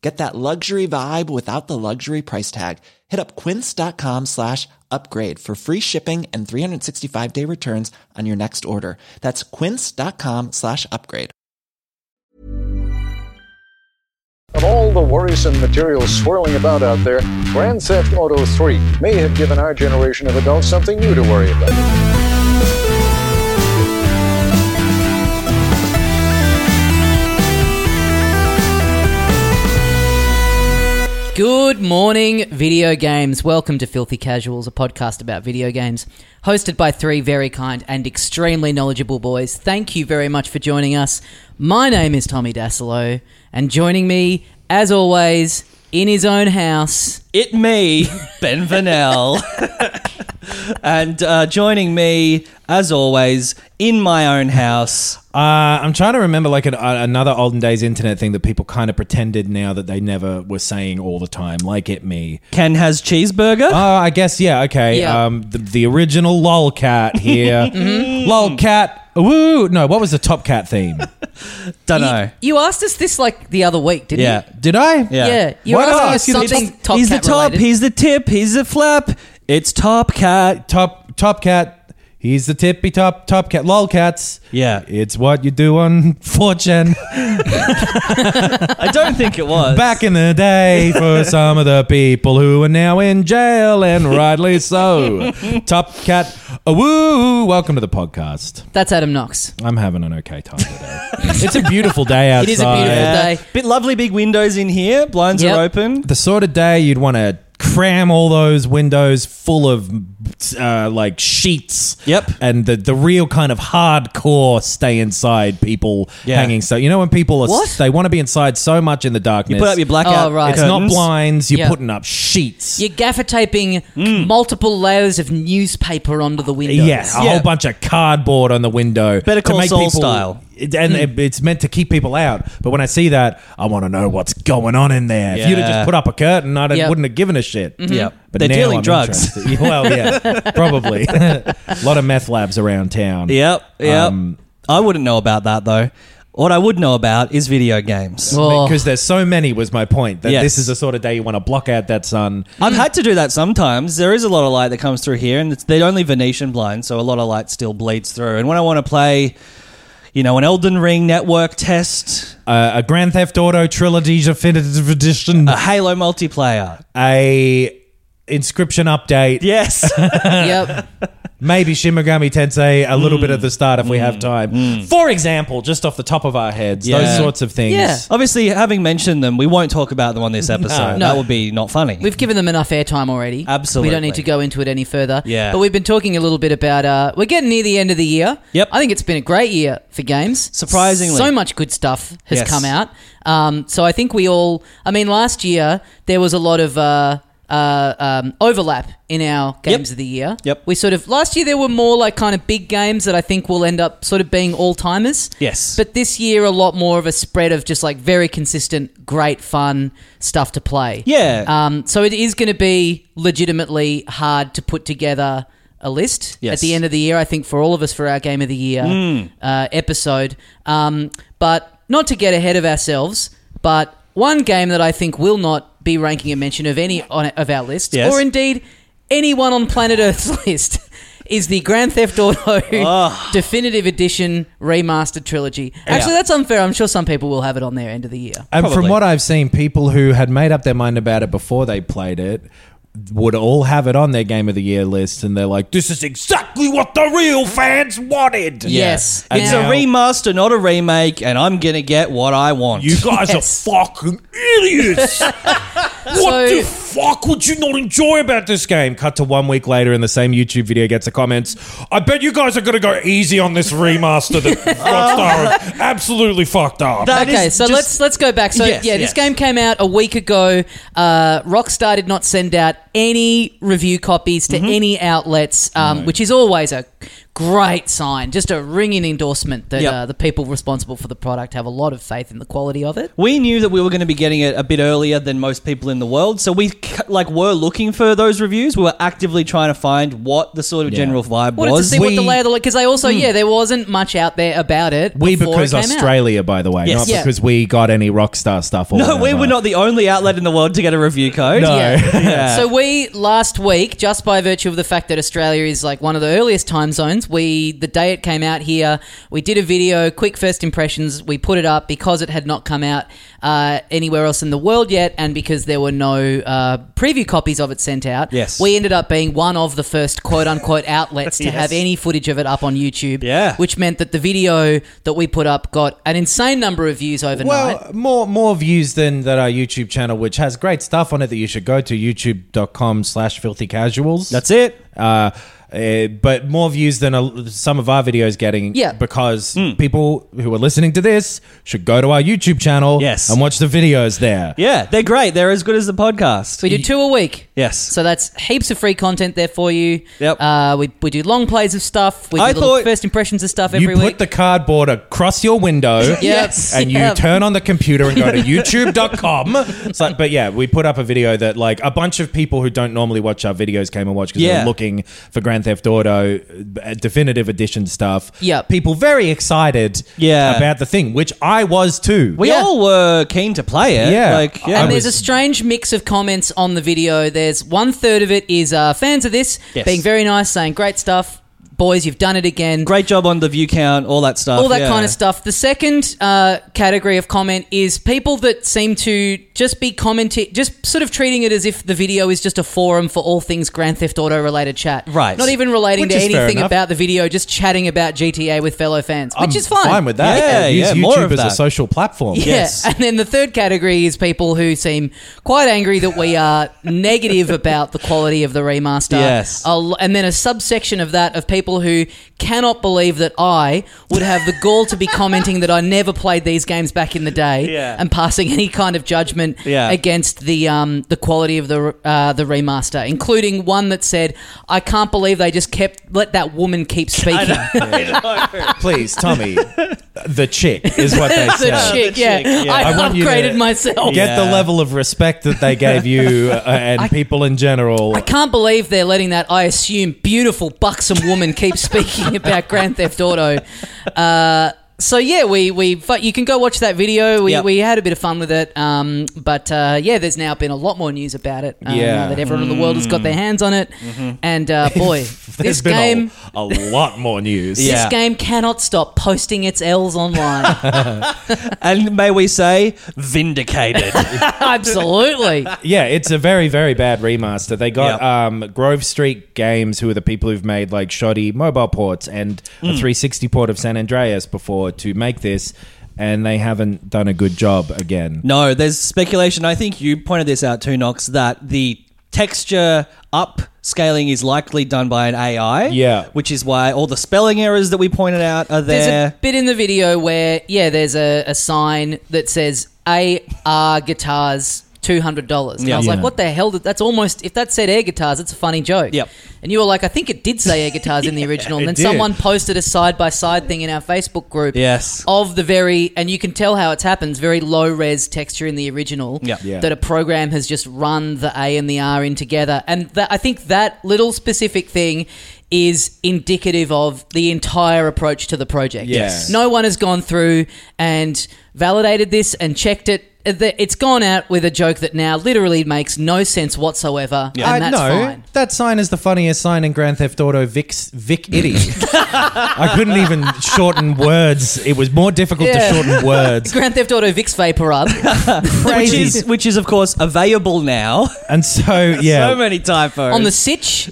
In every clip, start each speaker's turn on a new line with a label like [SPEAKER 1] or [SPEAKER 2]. [SPEAKER 1] Get that luxury vibe without the luxury price tag. Hit up quince.com slash upgrade for free shipping and 365 day returns on your next order. That's quince.com slash upgrade.
[SPEAKER 2] Of all the worrisome material swirling about out there, Grand Theft Auto 3 may have given our generation of adults something new to worry about.
[SPEAKER 3] Good morning, video games. Welcome to Filthy Casuals, a podcast about video games, hosted by three very kind and extremely knowledgeable boys. Thank you very much for joining us. My name is Tommy Dasilo, and joining me, as always, in his own house,
[SPEAKER 4] It me, Ben Vanel. and uh, joining me, as always, in my own house.
[SPEAKER 5] Uh, I'm trying to remember like an, uh, another olden days internet thing that people kind of pretended now that they never were saying all the time, like it me.
[SPEAKER 4] Ken has cheeseburger.
[SPEAKER 5] Oh, I guess yeah. Okay.
[SPEAKER 3] Yeah.
[SPEAKER 5] Um, the, the original lolcat here.
[SPEAKER 4] Mm-hmm.
[SPEAKER 5] Lolcat. Woo! No, what was the top cat theme?
[SPEAKER 4] Dunno.
[SPEAKER 3] you asked us this like the other week, didn't
[SPEAKER 4] Yeah.
[SPEAKER 3] you?
[SPEAKER 5] Did I?
[SPEAKER 4] Yeah.
[SPEAKER 3] Yeah, you
[SPEAKER 5] Why
[SPEAKER 3] were
[SPEAKER 5] not?
[SPEAKER 3] asking us
[SPEAKER 5] It's
[SPEAKER 3] something
[SPEAKER 5] just-
[SPEAKER 3] top
[SPEAKER 4] he's the
[SPEAKER 3] cat
[SPEAKER 4] top,
[SPEAKER 3] related.
[SPEAKER 4] he's the tip, he's the flap. It's Top Cat.
[SPEAKER 5] Top top cat. He's the tippy top top cat. Lolcats.
[SPEAKER 4] Yeah.
[SPEAKER 5] It's what you do on fortune
[SPEAKER 4] I don't think it was.
[SPEAKER 5] back in the day for some of the people who are now in jail and rightly so. Top cat. Woo! Welcome to the podcast.
[SPEAKER 3] That's Adam Knox.
[SPEAKER 5] I'm having an okay time today. it's a beautiful day outside.
[SPEAKER 3] is a beautiful day.
[SPEAKER 4] Yeah. Uh, Bit lovely big windows in here. Blinds
[SPEAKER 3] Yep.
[SPEAKER 4] are open.
[SPEAKER 5] The sort of day you'd want to cram all those windows full of uh, like sheets.
[SPEAKER 4] Yep.
[SPEAKER 5] And the, the real kind of hardcore stay inside people
[SPEAKER 4] Yeah.
[SPEAKER 5] hanging. So you know when people are
[SPEAKER 3] What?
[SPEAKER 5] they want to be inside so much in the darkness.
[SPEAKER 4] You put up your blackout.
[SPEAKER 3] Oh, right.
[SPEAKER 5] It's not
[SPEAKER 4] curtains.
[SPEAKER 5] blinds. You're
[SPEAKER 3] Yeah.
[SPEAKER 5] putting up sheets.
[SPEAKER 3] You're gaffer taping
[SPEAKER 4] Mm.
[SPEAKER 3] multiple layers of newspaper onto the window.
[SPEAKER 5] Yes, a
[SPEAKER 4] Yeah.
[SPEAKER 5] whole bunch of cardboard on the window.
[SPEAKER 4] Better Call
[SPEAKER 5] to make
[SPEAKER 4] Saul
[SPEAKER 5] people,
[SPEAKER 4] style. Hmm.
[SPEAKER 5] It, and it- it's meant to keep people out. But when I see that, I want to know what's going on in there. If you'd have
[SPEAKER 4] Yeah.
[SPEAKER 5] just put up a curtain, I
[SPEAKER 3] Yep.
[SPEAKER 5] wouldn't have given a shit.
[SPEAKER 4] Yeah.
[SPEAKER 5] But
[SPEAKER 4] They're
[SPEAKER 5] now
[SPEAKER 4] dealing
[SPEAKER 5] I'm
[SPEAKER 4] drugs.
[SPEAKER 5] interested. well, yeah, probably. a lot of meth labs around town.
[SPEAKER 4] Yep, yep.
[SPEAKER 5] Um,
[SPEAKER 4] I wouldn't know about that though. What I would know about is video games.
[SPEAKER 3] Oh.
[SPEAKER 5] Because there's so many, was my point. That
[SPEAKER 4] Yes.
[SPEAKER 5] this is the sort of day you want to block out that sun.
[SPEAKER 3] Hmm.
[SPEAKER 4] I've had to do that sometimes. There is a lot of light that comes through here, and it's, they're only Venetian blinds, so a lot of light still bleeds through. And when I want to play, you know, an Elden Ring network test,
[SPEAKER 5] Uh, a Grand Theft Auto trilogy definitive edition.
[SPEAKER 4] a Halo multiplayer.
[SPEAKER 5] a inscription update.
[SPEAKER 4] Yes.
[SPEAKER 3] yep.
[SPEAKER 5] maybe Shin Megami Tensei, a little bit of the start if we have time. For example, just off the top of our heads,
[SPEAKER 4] Yeah.
[SPEAKER 5] those sorts of things.
[SPEAKER 3] Yeah.
[SPEAKER 4] Obviously, having mentioned them, we won't talk about them on this
[SPEAKER 3] No.
[SPEAKER 4] episode. That would be not funny.
[SPEAKER 3] We've given them enough airtime already.
[SPEAKER 4] Absolutely.
[SPEAKER 3] We don't need to go into it any further.
[SPEAKER 4] Yeah.
[SPEAKER 3] But we've been talking a little bit about. Uh, we're getting near the end of the year.
[SPEAKER 4] Yep.
[SPEAKER 3] I think it's been a great year for games.
[SPEAKER 4] Surprisingly.
[SPEAKER 3] so much good stuff has
[SPEAKER 4] Yes.
[SPEAKER 3] come out. Um, so I think we all. I mean, last year there was a lot of. Uh, uh, um, overlap in our games of the year.
[SPEAKER 4] Yep.
[SPEAKER 3] We sort of last year there were more like kind of big games that I think will end up sort of being all timers.
[SPEAKER 4] Yes.
[SPEAKER 3] But this year a lot more of a spread of just like very consistent, great fun stuff to play.
[SPEAKER 4] yeah.
[SPEAKER 3] Um, so it is going to be legitimately hard to put together a list
[SPEAKER 4] Yes. Hmm.
[SPEAKER 3] at the end of the year. I think for all of us for our game of the year uh, episode. Um, but not to get ahead of ourselves, but one game that I think will not be ranking a mention of any on, of our list,
[SPEAKER 4] Yes.
[SPEAKER 3] or indeed anyone on planet Earth's list. Is the Grand Theft Auto Definitive Edition Remastered Trilogy? Actually, that's unfair. I'm sure some people will have it on their end of the year.
[SPEAKER 5] And
[SPEAKER 4] Probably.
[SPEAKER 5] from what I've seen, people who had made up their mind about it before they played it would all have it on their game of the year list, and they're like, "This is exactly what the real fans wanted."
[SPEAKER 3] Yeah. Yes.
[SPEAKER 4] It's
[SPEAKER 3] Now-
[SPEAKER 4] a remaster, not a remake, and I'm going to get what I want.
[SPEAKER 5] You guys
[SPEAKER 3] Yes.
[SPEAKER 5] are fucking idiots. what
[SPEAKER 3] So-
[SPEAKER 5] the fuck would you not enjoy about this game? Cut to one week later, and the same YouTube video gets the comments. I bet you guys are going to go easy on this remaster that Rockstar have absolutely fucked up.
[SPEAKER 4] That
[SPEAKER 3] okay,
[SPEAKER 4] is
[SPEAKER 3] so
[SPEAKER 4] just-
[SPEAKER 3] let's let's go back. So
[SPEAKER 4] Yes,
[SPEAKER 3] yeah, this
[SPEAKER 4] yes.
[SPEAKER 3] game came out a week ago. Uh, Rockstar did
[SPEAKER 4] Mm-hmm.
[SPEAKER 3] not send out any review copies to any outlets, um, which is always a Great sign, just a ringing endorsement that
[SPEAKER 4] Yep.
[SPEAKER 3] uh, the people responsible for the product have a lot of faith in the quality of it.
[SPEAKER 4] we knew that we were going to be getting it a bit earlier than most people in the world, so we c- like were looking for those reviews. We were actively trying to find what the sort of general vibe
[SPEAKER 3] Wanted
[SPEAKER 4] was.
[SPEAKER 3] to
[SPEAKER 4] Hmm.
[SPEAKER 3] see what
[SPEAKER 5] we-
[SPEAKER 3] the lay of the because they also yeah there wasn't much out there about it.
[SPEAKER 5] We
[SPEAKER 3] before
[SPEAKER 5] because
[SPEAKER 3] it came out.
[SPEAKER 5] Australia, by the way,
[SPEAKER 4] Yes.
[SPEAKER 5] not
[SPEAKER 3] Yeah.
[SPEAKER 5] because we got any Rockstar stuff. Or
[SPEAKER 4] no, we
[SPEAKER 5] whatever.
[SPEAKER 4] were not the only outlet in the world to get a review code.
[SPEAKER 5] Uh-huh. No.
[SPEAKER 3] Yeah.
[SPEAKER 4] Yeah.
[SPEAKER 3] So we last week, just by virtue of the fact that Australia is like one of the earliest time zones, we the day it came out here, we did a video, quick first impressions. We put it up because it had not come out uh, anywhere else in the world yet, and because there were no uh, preview copies of it sent out.
[SPEAKER 4] Yes.
[SPEAKER 3] we ended up being one of the first quote unquote outlets to
[SPEAKER 4] Yes.
[SPEAKER 3] have any footage of it up on YouTube.
[SPEAKER 4] Yeah.
[SPEAKER 3] which meant that the video that we put up got an insane number of views overnight.
[SPEAKER 5] Well, more more views than that our YouTube channel, which has great stuff on it that you should go to youtube.com slash filthy casuals.
[SPEAKER 4] That's it.
[SPEAKER 5] Uh, uh, but more views than a, some of our videos getting
[SPEAKER 3] Yeah.
[SPEAKER 5] because
[SPEAKER 4] Hmm.
[SPEAKER 5] people who are listening to this should go to our YouTube channel
[SPEAKER 4] Yes.
[SPEAKER 5] and watch the videos there.
[SPEAKER 4] Yeah, they're great. They're as good as the podcast.
[SPEAKER 3] we do two a week.
[SPEAKER 4] Yes.
[SPEAKER 3] So that's heaps of free content there for you.
[SPEAKER 4] Yep.
[SPEAKER 3] Uh, we, we do long plays of stuff. We do
[SPEAKER 4] I
[SPEAKER 3] little
[SPEAKER 4] thought-
[SPEAKER 3] first impressions of stuff
[SPEAKER 5] You
[SPEAKER 3] every
[SPEAKER 5] put
[SPEAKER 3] week.
[SPEAKER 5] the cardboard across your window
[SPEAKER 3] Yes.
[SPEAKER 5] and
[SPEAKER 3] Yeah.
[SPEAKER 5] you turn on the computer and go to youtube.com. It's like, but yeah, we put up a video that like a bunch of people who don't normally watch our videos came and watched because they
[SPEAKER 4] Yeah.
[SPEAKER 5] were looking for Grand Theft Auto uh, definitive edition stuff.
[SPEAKER 3] Yep.
[SPEAKER 5] People very excited
[SPEAKER 4] Yeah.
[SPEAKER 5] about the thing, which I was too.
[SPEAKER 4] we
[SPEAKER 3] Yeah.
[SPEAKER 4] all were keen to play it.
[SPEAKER 5] Yeah.
[SPEAKER 4] Like, yeah.
[SPEAKER 5] I
[SPEAKER 3] and
[SPEAKER 5] was-
[SPEAKER 3] there's a strange mix of comments on the video. There's one third of it is uh, fans of this
[SPEAKER 4] Yes.
[SPEAKER 3] being very nice, saying great stuff, boys, you've done it again.
[SPEAKER 4] great job on the view count, all that stuff.
[SPEAKER 3] all that
[SPEAKER 4] yeah.
[SPEAKER 3] kind of stuff. The second uh, category of comment is people that seem to just be commenting, just sort of treating it as if the video is just a forum for all things Grand Theft Auto related chat.
[SPEAKER 4] Right.
[SPEAKER 3] Not even relating
[SPEAKER 5] Which
[SPEAKER 3] to
[SPEAKER 5] is fair
[SPEAKER 3] anything
[SPEAKER 5] enough.
[SPEAKER 3] about the video, just chatting about GTA with fellow fans, which
[SPEAKER 5] I'm
[SPEAKER 3] is fine.
[SPEAKER 5] fine with that.
[SPEAKER 4] Yeah,
[SPEAKER 5] Use
[SPEAKER 4] yeah,
[SPEAKER 5] YouTube
[SPEAKER 4] more of
[SPEAKER 5] as a
[SPEAKER 4] that.
[SPEAKER 5] social platform.
[SPEAKER 3] Yeah.
[SPEAKER 4] Yes.
[SPEAKER 3] And then the third category is people who seem quite angry that we are negative about the quality of the remaster.
[SPEAKER 4] Yes.
[SPEAKER 3] A l- And then a subsection of that of people who cannot believe that I would have the gall to be commenting that I never played these games back in the day
[SPEAKER 4] Yeah.
[SPEAKER 3] and passing any kind of judgment
[SPEAKER 4] Yeah.
[SPEAKER 3] against the um, the quality of the re- uh, the remaster, including one that said, "I can't believe they just kept let that woman keep speaking."
[SPEAKER 5] Please, Tommy. the chick is what they
[SPEAKER 3] the
[SPEAKER 5] said.
[SPEAKER 3] chick, yeah.
[SPEAKER 4] chick, yeah.
[SPEAKER 3] I,
[SPEAKER 5] I want you to-
[SPEAKER 3] upgraded myself.
[SPEAKER 5] Get the
[SPEAKER 4] Yeah.
[SPEAKER 5] level of respect that they gave you uh, and people in general.
[SPEAKER 3] I can't believe they're letting that, I assume, beautiful, buxom woman keep speaking about Grand Theft Auto. Uh, so yeah, we we but you can go watch that video. We,
[SPEAKER 4] Yep.
[SPEAKER 3] we had a bit of fun with it, um, but uh, yeah, there's now been a lot more news about it. Uh,
[SPEAKER 5] Yeah. Mm. Mm-hmm.
[SPEAKER 3] now that everyone in the world has got their hands on it, and uh, boy, this
[SPEAKER 5] There's
[SPEAKER 3] game.
[SPEAKER 5] a, a lot more news.
[SPEAKER 4] Yeah.
[SPEAKER 3] This game cannot stop posting its L's online.
[SPEAKER 4] And may we say, vindicated.
[SPEAKER 3] Absolutely.
[SPEAKER 5] Yeah, it's a very, very bad remaster. They got
[SPEAKER 4] Yep.
[SPEAKER 5] um, Grove Street Games, who are the people who've made like shoddy mobile ports and
[SPEAKER 3] Mm.
[SPEAKER 5] a 360 port of San Andreas before to make this, and they haven't done a good job again.
[SPEAKER 4] No, there's speculation. I think you pointed this out too, Knox, that the texture up scaling is likely done by an AI.
[SPEAKER 5] Yeah.
[SPEAKER 4] Which is why all the spelling errors that we pointed out are there.
[SPEAKER 3] There's a bit in the video where, yeah, there's a, a sign that says AR guitars. Two hundred dollars. And I
[SPEAKER 4] Yeah.
[SPEAKER 3] was like,
[SPEAKER 5] Yeah.
[SPEAKER 3] "What the hell? Did, that's almost if that said air guitars, it's a funny joke."
[SPEAKER 4] Yep.
[SPEAKER 3] And you were like, "I think it did say air guitars in the original." And
[SPEAKER 5] it
[SPEAKER 3] then
[SPEAKER 5] did.
[SPEAKER 3] someone posted a side by side thing in our Facebook group.
[SPEAKER 4] Yes.
[SPEAKER 3] Of the very, and you can tell how it's happens. Very low res texture in the original.
[SPEAKER 4] Yep.
[SPEAKER 5] Yeah.
[SPEAKER 3] That a program has just run the A and the R in together, and that, I think that little specific thing is indicative of the entire approach to the project.
[SPEAKER 5] Yes.
[SPEAKER 3] No one has gone through and validated this and checked it. Uh, The- It's gone out with a joke that now literally makes no sense whatsoever,
[SPEAKER 5] I
[SPEAKER 3] and that's
[SPEAKER 5] know
[SPEAKER 3] fine.
[SPEAKER 5] that sign is the funniest sign in Grand Theft Auto. Vic Vic Itty. I couldn't even shorten words. It was more difficult
[SPEAKER 3] Yeah.
[SPEAKER 5] to shorten words.
[SPEAKER 3] Grand Theft Auto Vix Vapor Up.
[SPEAKER 4] which
[SPEAKER 5] Crazy.
[SPEAKER 4] is, which is, of course, available now.
[SPEAKER 5] and so yeah,
[SPEAKER 4] So many typos.
[SPEAKER 3] on the Sitch,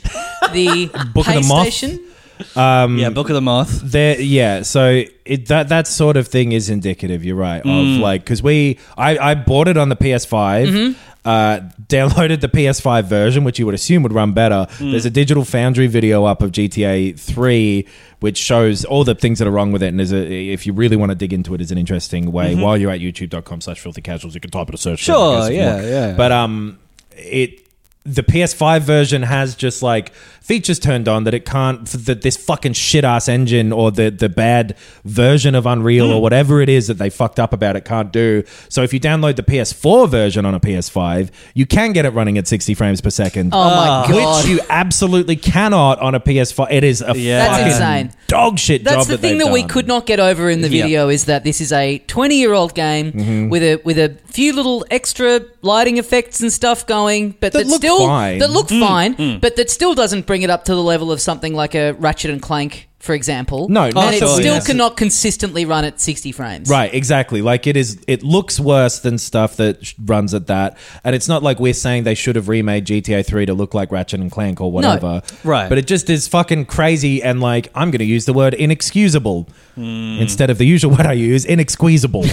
[SPEAKER 3] the
[SPEAKER 5] Book of the Moth.
[SPEAKER 3] PlayStation.
[SPEAKER 5] Mm.
[SPEAKER 4] yeah, Book of the Moth.
[SPEAKER 5] there yeah so it, that that sort of thing is indicative you're right
[SPEAKER 4] Mm.
[SPEAKER 5] of like because we I, I bought it on the ps5
[SPEAKER 4] Mm-hmm.
[SPEAKER 5] Uh, downloaded the PS5 version, which you would assume would run better.
[SPEAKER 4] Mm.
[SPEAKER 5] There's a Digital Foundry video up of GTA 3, which shows all the things that are wrong with it. And there's a, if you really want to dig into it, is an interesting way.
[SPEAKER 4] Mm-hmm.
[SPEAKER 5] While you're at youtube.com/slash filthy casuals, you can type it a search. term, I
[SPEAKER 4] Sure,
[SPEAKER 5] guess, if you
[SPEAKER 4] yeah,
[SPEAKER 5] want.
[SPEAKER 4] yeah.
[SPEAKER 5] But um, it the PS5 version has just like features turned on that it can't that this fucking shit ass engine or the the bad version of Unreal
[SPEAKER 4] Hmm.
[SPEAKER 5] or whatever it is that they fucked up about it can't do. So if you download the PS4 version on a PS5, you can get it running at 60 frames per second.
[SPEAKER 3] Oh
[SPEAKER 4] Ah.
[SPEAKER 3] my god.
[SPEAKER 5] Which you absolutely cannot on a PS5. It is a
[SPEAKER 4] Yeah.
[SPEAKER 3] That's
[SPEAKER 5] fucking
[SPEAKER 3] insane.
[SPEAKER 5] dog shit
[SPEAKER 3] That's
[SPEAKER 5] job
[SPEAKER 3] the
[SPEAKER 5] that
[SPEAKER 3] thing
[SPEAKER 5] they've
[SPEAKER 3] that we
[SPEAKER 5] done.
[SPEAKER 3] could not get over in the
[SPEAKER 4] Yeah.
[SPEAKER 3] video is that this is a 20 year old game
[SPEAKER 5] Mm-hmm.
[SPEAKER 3] with a with a few little extra lighting effects and stuff going, but
[SPEAKER 5] That
[SPEAKER 3] that,
[SPEAKER 5] look
[SPEAKER 3] still
[SPEAKER 5] fine.
[SPEAKER 3] that look fine, but that still doesn't bring it up to the level of something like a Ratchet and Clank, for example.
[SPEAKER 5] No,
[SPEAKER 3] and
[SPEAKER 5] not
[SPEAKER 3] it
[SPEAKER 5] at all,
[SPEAKER 3] still
[SPEAKER 5] yeah.
[SPEAKER 3] cannot consistently run at 60 frames.
[SPEAKER 5] Right, exactly. Like it is, it looks worse than stuff that sh- runs at that. And it's not like we're saying they should have remade GTA 3 to look like Ratchet and Clank or whatever.
[SPEAKER 4] Right.
[SPEAKER 5] But it just is fucking crazy. And like, I'm going to use the word inexcusable
[SPEAKER 4] Hmm.
[SPEAKER 5] instead of the usual word I use, inexqueezable.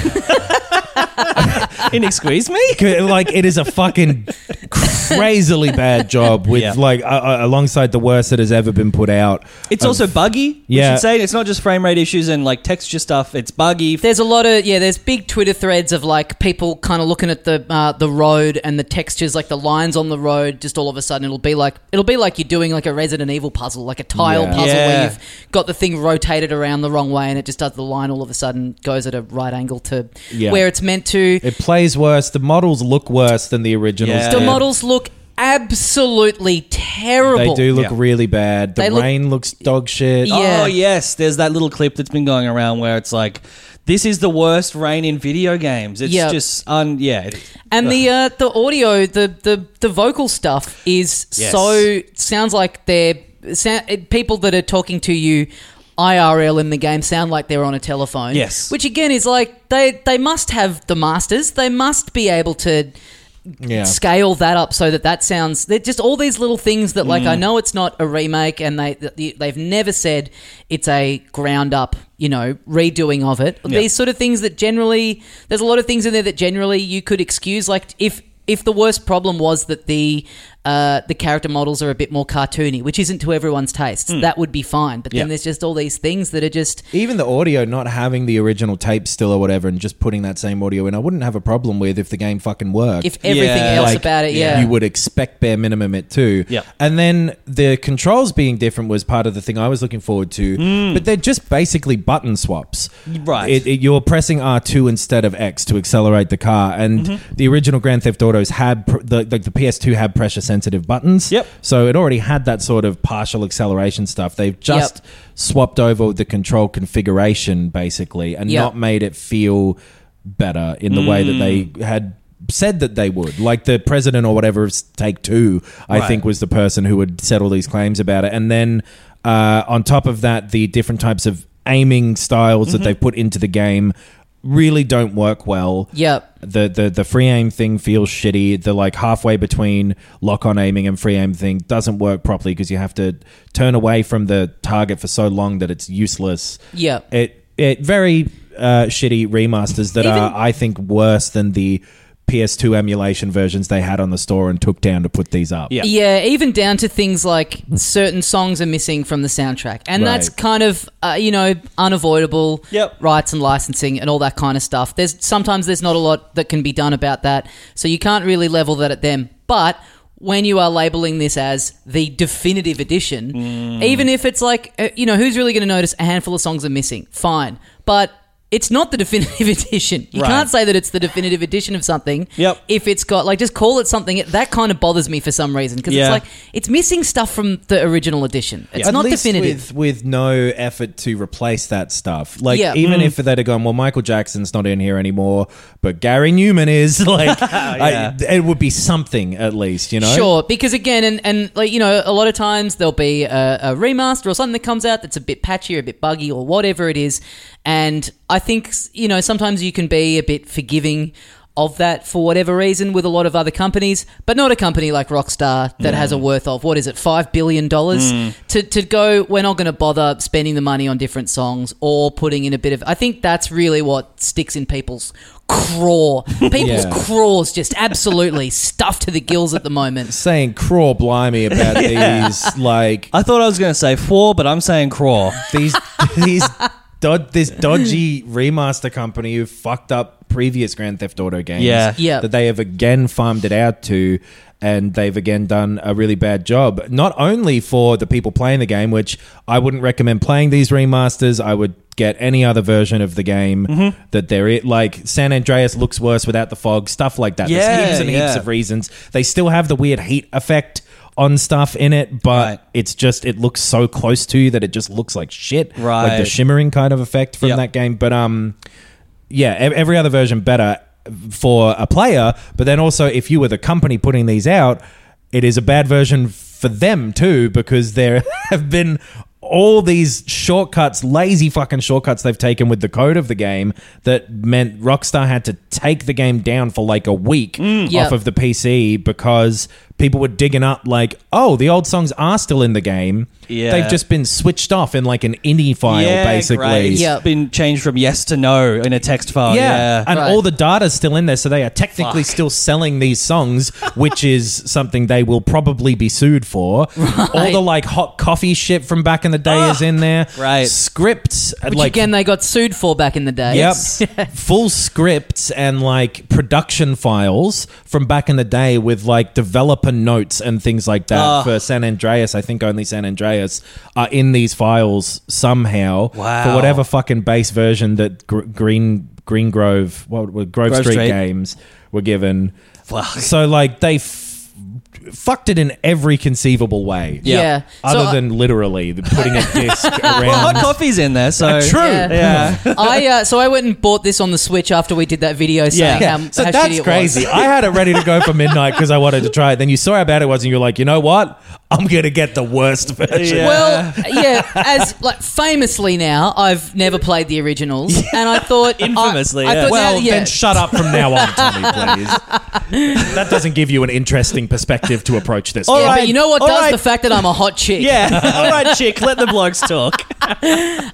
[SPEAKER 4] Inexcuse me?
[SPEAKER 5] like, it is a fucking crazily bad job with
[SPEAKER 4] Yeah.
[SPEAKER 5] like, uh, uh, alongside the worst that has ever been put out.
[SPEAKER 4] It's also buggy. Yeah.
[SPEAKER 5] Um, yeah.
[SPEAKER 4] We should say it's not just frame rate issues and like texture stuff. It's buggy.
[SPEAKER 3] There's a lot of yeah. There's big Twitter threads of like people kind of looking at the uh, the road and the textures, like the lines on the road. Just all of a sudden, it'll be like it'll be like you're doing like a Resident Evil puzzle, like a tile
[SPEAKER 5] Yeah.
[SPEAKER 3] puzzle where
[SPEAKER 4] Yeah.
[SPEAKER 3] you've got the thing rotated around the wrong way, and it just does the line all of a sudden goes at a right angle to
[SPEAKER 5] Yeah.
[SPEAKER 3] where it's meant to.
[SPEAKER 5] It plays worse. The models look worse than the originals.
[SPEAKER 4] Yeah.
[SPEAKER 3] the
[SPEAKER 5] did.
[SPEAKER 3] models look absolutely
[SPEAKER 5] They
[SPEAKER 3] terrible.
[SPEAKER 5] do look
[SPEAKER 4] Yeah.
[SPEAKER 5] really bad. The
[SPEAKER 3] They look-
[SPEAKER 5] rain looks dog shit.
[SPEAKER 3] Yeah.
[SPEAKER 4] Oh yes, there's that little clip that's been going around where it's like, this is the worst rain in video games. It's
[SPEAKER 3] Yeah.
[SPEAKER 4] just un yeah. It,
[SPEAKER 3] And the uh, the audio, the, the the vocal stuff is
[SPEAKER 4] Yes.
[SPEAKER 3] so sounds like they're sa- people that are talking to you IRL in the game sound like they're on a telephone.
[SPEAKER 4] Yes.
[SPEAKER 3] which again is like they they must have the masters. They must be able to
[SPEAKER 5] Yeah.
[SPEAKER 3] scale that up so that that sounds they're just all these little things that like I
[SPEAKER 5] Mm.
[SPEAKER 3] know it's not a remake and they th- they've never said it's a ground up you know redoing of it these sort of things that generally there's a lot of things in there that generally you could excuse like if if the worst problem was that the uh, the character models are a bit more cartoony which isn't to everyone's taste
[SPEAKER 5] Hmm.
[SPEAKER 3] that would be fine but
[SPEAKER 4] Yeah.
[SPEAKER 3] then there's just all these things that are just
[SPEAKER 5] Even the audio, not having the original tape still or whatever, and just putting that same audio in, I wouldn't have a problem with if the game fucking worked.
[SPEAKER 3] if everything
[SPEAKER 4] Yeah,
[SPEAKER 3] else
[SPEAKER 5] Like,
[SPEAKER 3] about it yeah
[SPEAKER 5] you would expect bare minimum it too.
[SPEAKER 4] Yeah.
[SPEAKER 5] and then the controls being different was part of the thing I was looking forward to. But they're just basically button swaps.
[SPEAKER 4] Mm. Right.
[SPEAKER 5] It, it- you're pressing R two instead of X to accelerate the car, and
[SPEAKER 4] Mm-hmm.
[SPEAKER 5] the original Grand Theft Autos had pr- the, the the PS2 had pressure sensitive buttons.
[SPEAKER 4] Yep.
[SPEAKER 5] So it already had that sort of partial acceleration stuff. They've just
[SPEAKER 3] Yep.
[SPEAKER 5] swapped over the control configuration basically, and
[SPEAKER 3] Yep.
[SPEAKER 5] not made it feel better in the way that they had said that they would. Like the president or whatever of Take Two, I
[SPEAKER 4] Right.
[SPEAKER 5] think, was the person who would settle these claims about it. And then uh, on top of that, the different types of aiming styles that they've put into the game really don't work well
[SPEAKER 3] Yep.
[SPEAKER 5] the the the free aim thing feels shitty. The like halfway between lock on aiming and free aim thing doesn't work properly because you have to turn away from the target for so long that it's useless.
[SPEAKER 3] Yeah.
[SPEAKER 5] It it very uh, shitty remasters that
[SPEAKER 3] Even-
[SPEAKER 5] are I think worse than the PS2 emulation versions they had on the store and took down to put these up.
[SPEAKER 4] Yeah.
[SPEAKER 3] Yeah, even down to things like certain songs are missing from the soundtrack, and
[SPEAKER 5] Right.
[SPEAKER 3] that's kind of uh, you know unavoidable.
[SPEAKER 4] Yep.
[SPEAKER 3] rights and licensing and all that kind of stuff. There's sometimes there's not a lot that can be done about that, so you can't really level that at them. But when you are labeling this as the definitive edition,
[SPEAKER 4] Mm.
[SPEAKER 3] even if it's like uh, you know who's really going to notice a handful of songs are missing, fine, but. It's not the definitive edition. You
[SPEAKER 4] Right.
[SPEAKER 3] can't say that it's the definitive edition of something
[SPEAKER 4] Yep.
[SPEAKER 3] if it's got like just call it something that kind of bothers me for some reason because
[SPEAKER 4] Yeah.
[SPEAKER 3] it's like it's missing stuff from the original edition it's
[SPEAKER 5] At
[SPEAKER 3] not
[SPEAKER 5] least
[SPEAKER 3] definitive
[SPEAKER 5] with, with no effort to replace that stuff. Like
[SPEAKER 3] Yeah.
[SPEAKER 5] even if they'd have gone, well, Michael Jackson's not in here anymore, but Gary Newman is. Like, I, it would be something at least, you know.
[SPEAKER 3] Sure, because again, and, and like you know, a lot of times there'll be a, a remaster or something that comes out that's a bit patchy or a bit buggy or whatever it is, and I think you know sometimes you can be a bit forgiving of that for whatever reason with a lot of other companies, but not a company like Rockstar that has
[SPEAKER 5] Mm.
[SPEAKER 3] a worth of what is it five billion dollars to to go. We're not going to bother spending the money on different songs or putting in a bit of. I think that's really what sticks in people's craw, people's
[SPEAKER 5] Yeah.
[SPEAKER 3] crawls just absolutely stuffed to the gills at the moment.
[SPEAKER 5] Saying craw blimey about these, like
[SPEAKER 4] I thought I was going to say four, but I'm saying crawl.
[SPEAKER 5] these these dod- this dodgy remaster company who fucked up previous Grand Theft Auto games
[SPEAKER 4] Yeah.
[SPEAKER 3] Yeah.
[SPEAKER 5] that they have again farmed it out to and they've again done a really bad job not only for the people playing the game which I wouldn't recommend playing these remasters I would get any other version of the game
[SPEAKER 4] Mm-hmm.
[SPEAKER 5] that they're it like San Andreas looks worse without the fog stuff like that
[SPEAKER 4] Yeah,
[SPEAKER 5] there's heaps and heaps
[SPEAKER 4] yeah.
[SPEAKER 5] of reasons they still have the weird heat effect on stuff in it
[SPEAKER 4] Right.
[SPEAKER 5] but it's just it looks so close to you that it just looks like shit like the
[SPEAKER 4] Right.
[SPEAKER 5] shimmering kind of effect from
[SPEAKER 4] Yep.
[SPEAKER 5] that game but um yeah, ev- every other version better for a player, but then also if you were the company putting these out, it is a bad version for them too because there have been all these shortcuts, lazy fucking shortcuts they've taken with the code of the game that meant Rockstar had to take the game down for like a week
[SPEAKER 4] Mm.
[SPEAKER 5] off
[SPEAKER 3] Yeah.
[SPEAKER 5] of the PC because people were digging up like, "Oh, the old songs are still in the game.
[SPEAKER 4] Yeah.
[SPEAKER 5] They've just been switched off in like an indie file basically."
[SPEAKER 4] great. It's
[SPEAKER 3] Yep.
[SPEAKER 4] been changed from yes to no in a text file. Oh, Yeah.
[SPEAKER 5] and
[SPEAKER 3] Right.
[SPEAKER 5] all the data's still in there, so they are technically still selling these songs, which is something they will probably be sued for. All the like hot coffee shit from back in the day is in there.
[SPEAKER 4] Right.
[SPEAKER 5] scripts, and,
[SPEAKER 3] Which
[SPEAKER 5] like
[SPEAKER 3] again, they got sued for back in the day.
[SPEAKER 5] Yep. Full scripts and like production files from back in the day with like developer notes and things like that
[SPEAKER 4] Ah.
[SPEAKER 5] for San Andreas. I think only San Andreas are in these files somehow
[SPEAKER 4] Wow.
[SPEAKER 5] for whatever fucking base version that Gr- Green Green Grove, what were Grove,
[SPEAKER 4] Grove
[SPEAKER 5] Street,
[SPEAKER 4] Street.
[SPEAKER 5] Games were given.
[SPEAKER 4] Fuck.
[SPEAKER 5] So like they f- fucked it in every conceivable way.
[SPEAKER 3] Yeah. Yeah.
[SPEAKER 5] Other
[SPEAKER 3] So uh, I-
[SPEAKER 5] than literally the- putting a disc
[SPEAKER 4] Hot
[SPEAKER 5] around.
[SPEAKER 4] coffee's in there, so
[SPEAKER 5] True.
[SPEAKER 3] Yeah.
[SPEAKER 4] Yeah.
[SPEAKER 3] I uh, so I went and bought this on the Switch after we did that video saying
[SPEAKER 4] Yeah.
[SPEAKER 3] how,
[SPEAKER 5] so
[SPEAKER 3] how shitty
[SPEAKER 5] that's
[SPEAKER 3] it
[SPEAKER 5] crazy.
[SPEAKER 3] was.
[SPEAKER 5] I had it ready to go for midnight because I wanted to try it. Then you saw how bad it was, and you're like, you know what? I'm gonna get the worst version.
[SPEAKER 4] Yeah.
[SPEAKER 3] Well, yeah, as like famously now, I've never played the originals, and I thought
[SPEAKER 4] Infamously,
[SPEAKER 3] I, I
[SPEAKER 4] yeah.
[SPEAKER 3] thought
[SPEAKER 5] Well,
[SPEAKER 3] now- yeah.
[SPEAKER 5] then shut up from now on, Tommy, please. that doesn't give you an interesting perspective to approach this.
[SPEAKER 4] All
[SPEAKER 5] with.
[SPEAKER 3] Yeah,
[SPEAKER 4] right.
[SPEAKER 3] but you know what
[SPEAKER 4] All
[SPEAKER 3] does?
[SPEAKER 4] right.
[SPEAKER 3] The fact that I'm a hot chick.
[SPEAKER 4] yeah. All right, chick, let the blogs talk.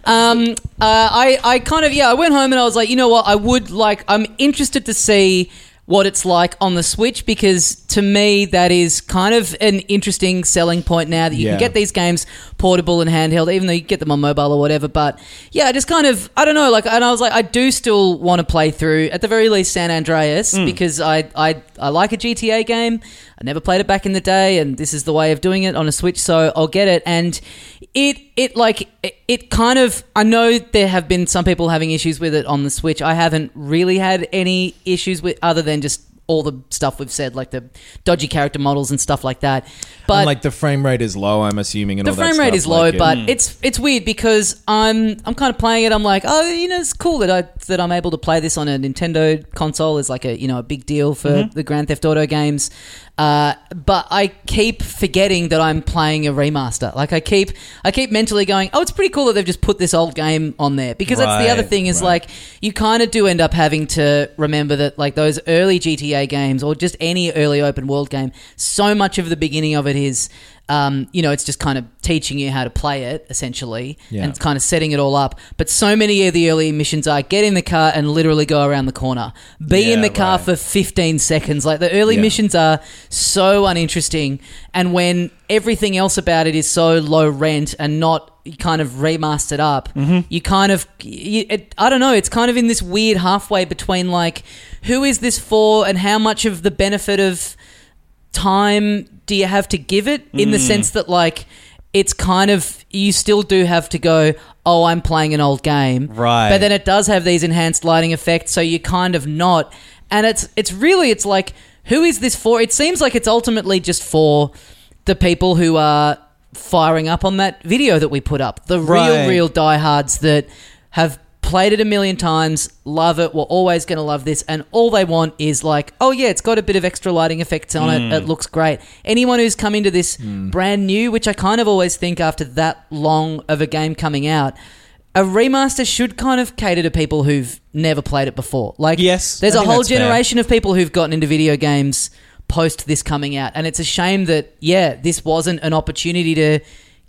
[SPEAKER 3] Uh, I, I kind of, yeah, I went home and I was like, you know what? I would like, I'm interested to see what it's like on the Switch because to me, that is kind of an interesting selling point now that you
[SPEAKER 5] Yeah.
[SPEAKER 3] can get these games portable and handheld, even though you get them on mobile or whatever. But yeah, I just kind of, I don't know, like, and I was like, I do still want to play through, at the very least, San Andreas because I, I, I like a GTA game. I never played it back in the day, and this is the way of doing it on a Switch, so I'll get it. And it, it like, it, it kind of, I know there have been some people having issues with it on the Switch. I haven't really had any issues with, other than just all the stuff we've said, like the dodgy character models and stuff like that. But
[SPEAKER 5] and like the frame rate is low. I'm assuming, and
[SPEAKER 3] the
[SPEAKER 5] all that
[SPEAKER 3] frame rate
[SPEAKER 5] stuff,
[SPEAKER 3] is low,
[SPEAKER 5] like it-
[SPEAKER 3] but it's it's weird because I'm I'm kind of playing it. I'm like, oh, you know, it's cool that I that I'm able to play this on a Nintendo console is like a you know a big deal for
[SPEAKER 5] Mm-hmm.
[SPEAKER 3] the Grand Theft Auto games. Uh, but I keep forgetting that I'm playing a remaster. Like I keep I keep mentally going, oh, it's pretty cool that they've just put this old game on there because that's the other
[SPEAKER 4] Right,
[SPEAKER 3] thing is like you kind of do end up having to remember that like those early GTA games or just any early open world game, so much of the beginning of it is, um, you know, it's just kind of teaching you how to play it essentially
[SPEAKER 5] Yeah.
[SPEAKER 3] and kind of setting it all up. But so many of the early missions are get in the car and literally go around the corner, be in
[SPEAKER 4] Yeah,
[SPEAKER 3] the car
[SPEAKER 4] right.
[SPEAKER 3] for 15 seconds. Like the early
[SPEAKER 5] Yeah.
[SPEAKER 3] missions are so uninteresting, and when everything else about it is so low rent and not kind of remastered up,
[SPEAKER 4] Mm-hmm.
[SPEAKER 3] you kind of, you, it, I don't know, it's kind of in this weird halfway between like, who is this for, and how much of the benefit of time do you have to give it in
[SPEAKER 4] Mm.
[SPEAKER 3] the sense that like it's kind of you still do have to go oh i'm playing an old game
[SPEAKER 4] Right.
[SPEAKER 3] but then it does have these enhanced lighting effects so you're kind of not and it's it's really it's like who is this for it seems like it's ultimately just for the people who are firing up on that video that we put up the
[SPEAKER 4] Right.
[SPEAKER 3] real real diehards that have played it a million times, love it, we're always going to love this, and all they want is like, oh yeah, it's got a bit of extra lighting effects on
[SPEAKER 4] Mm.
[SPEAKER 3] it, it looks great. Anyone who's come into this brand new, which I kind of always think after that long of a game coming out, a remaster should kind of cater to people who've never played it before. Like,
[SPEAKER 4] Yes,
[SPEAKER 3] there's
[SPEAKER 4] I
[SPEAKER 3] a
[SPEAKER 4] think
[SPEAKER 3] whole
[SPEAKER 4] that's fair.
[SPEAKER 3] generation of people who've gotten into video games post this coming out, and it's a shame that yeah, this wasn't an opportunity to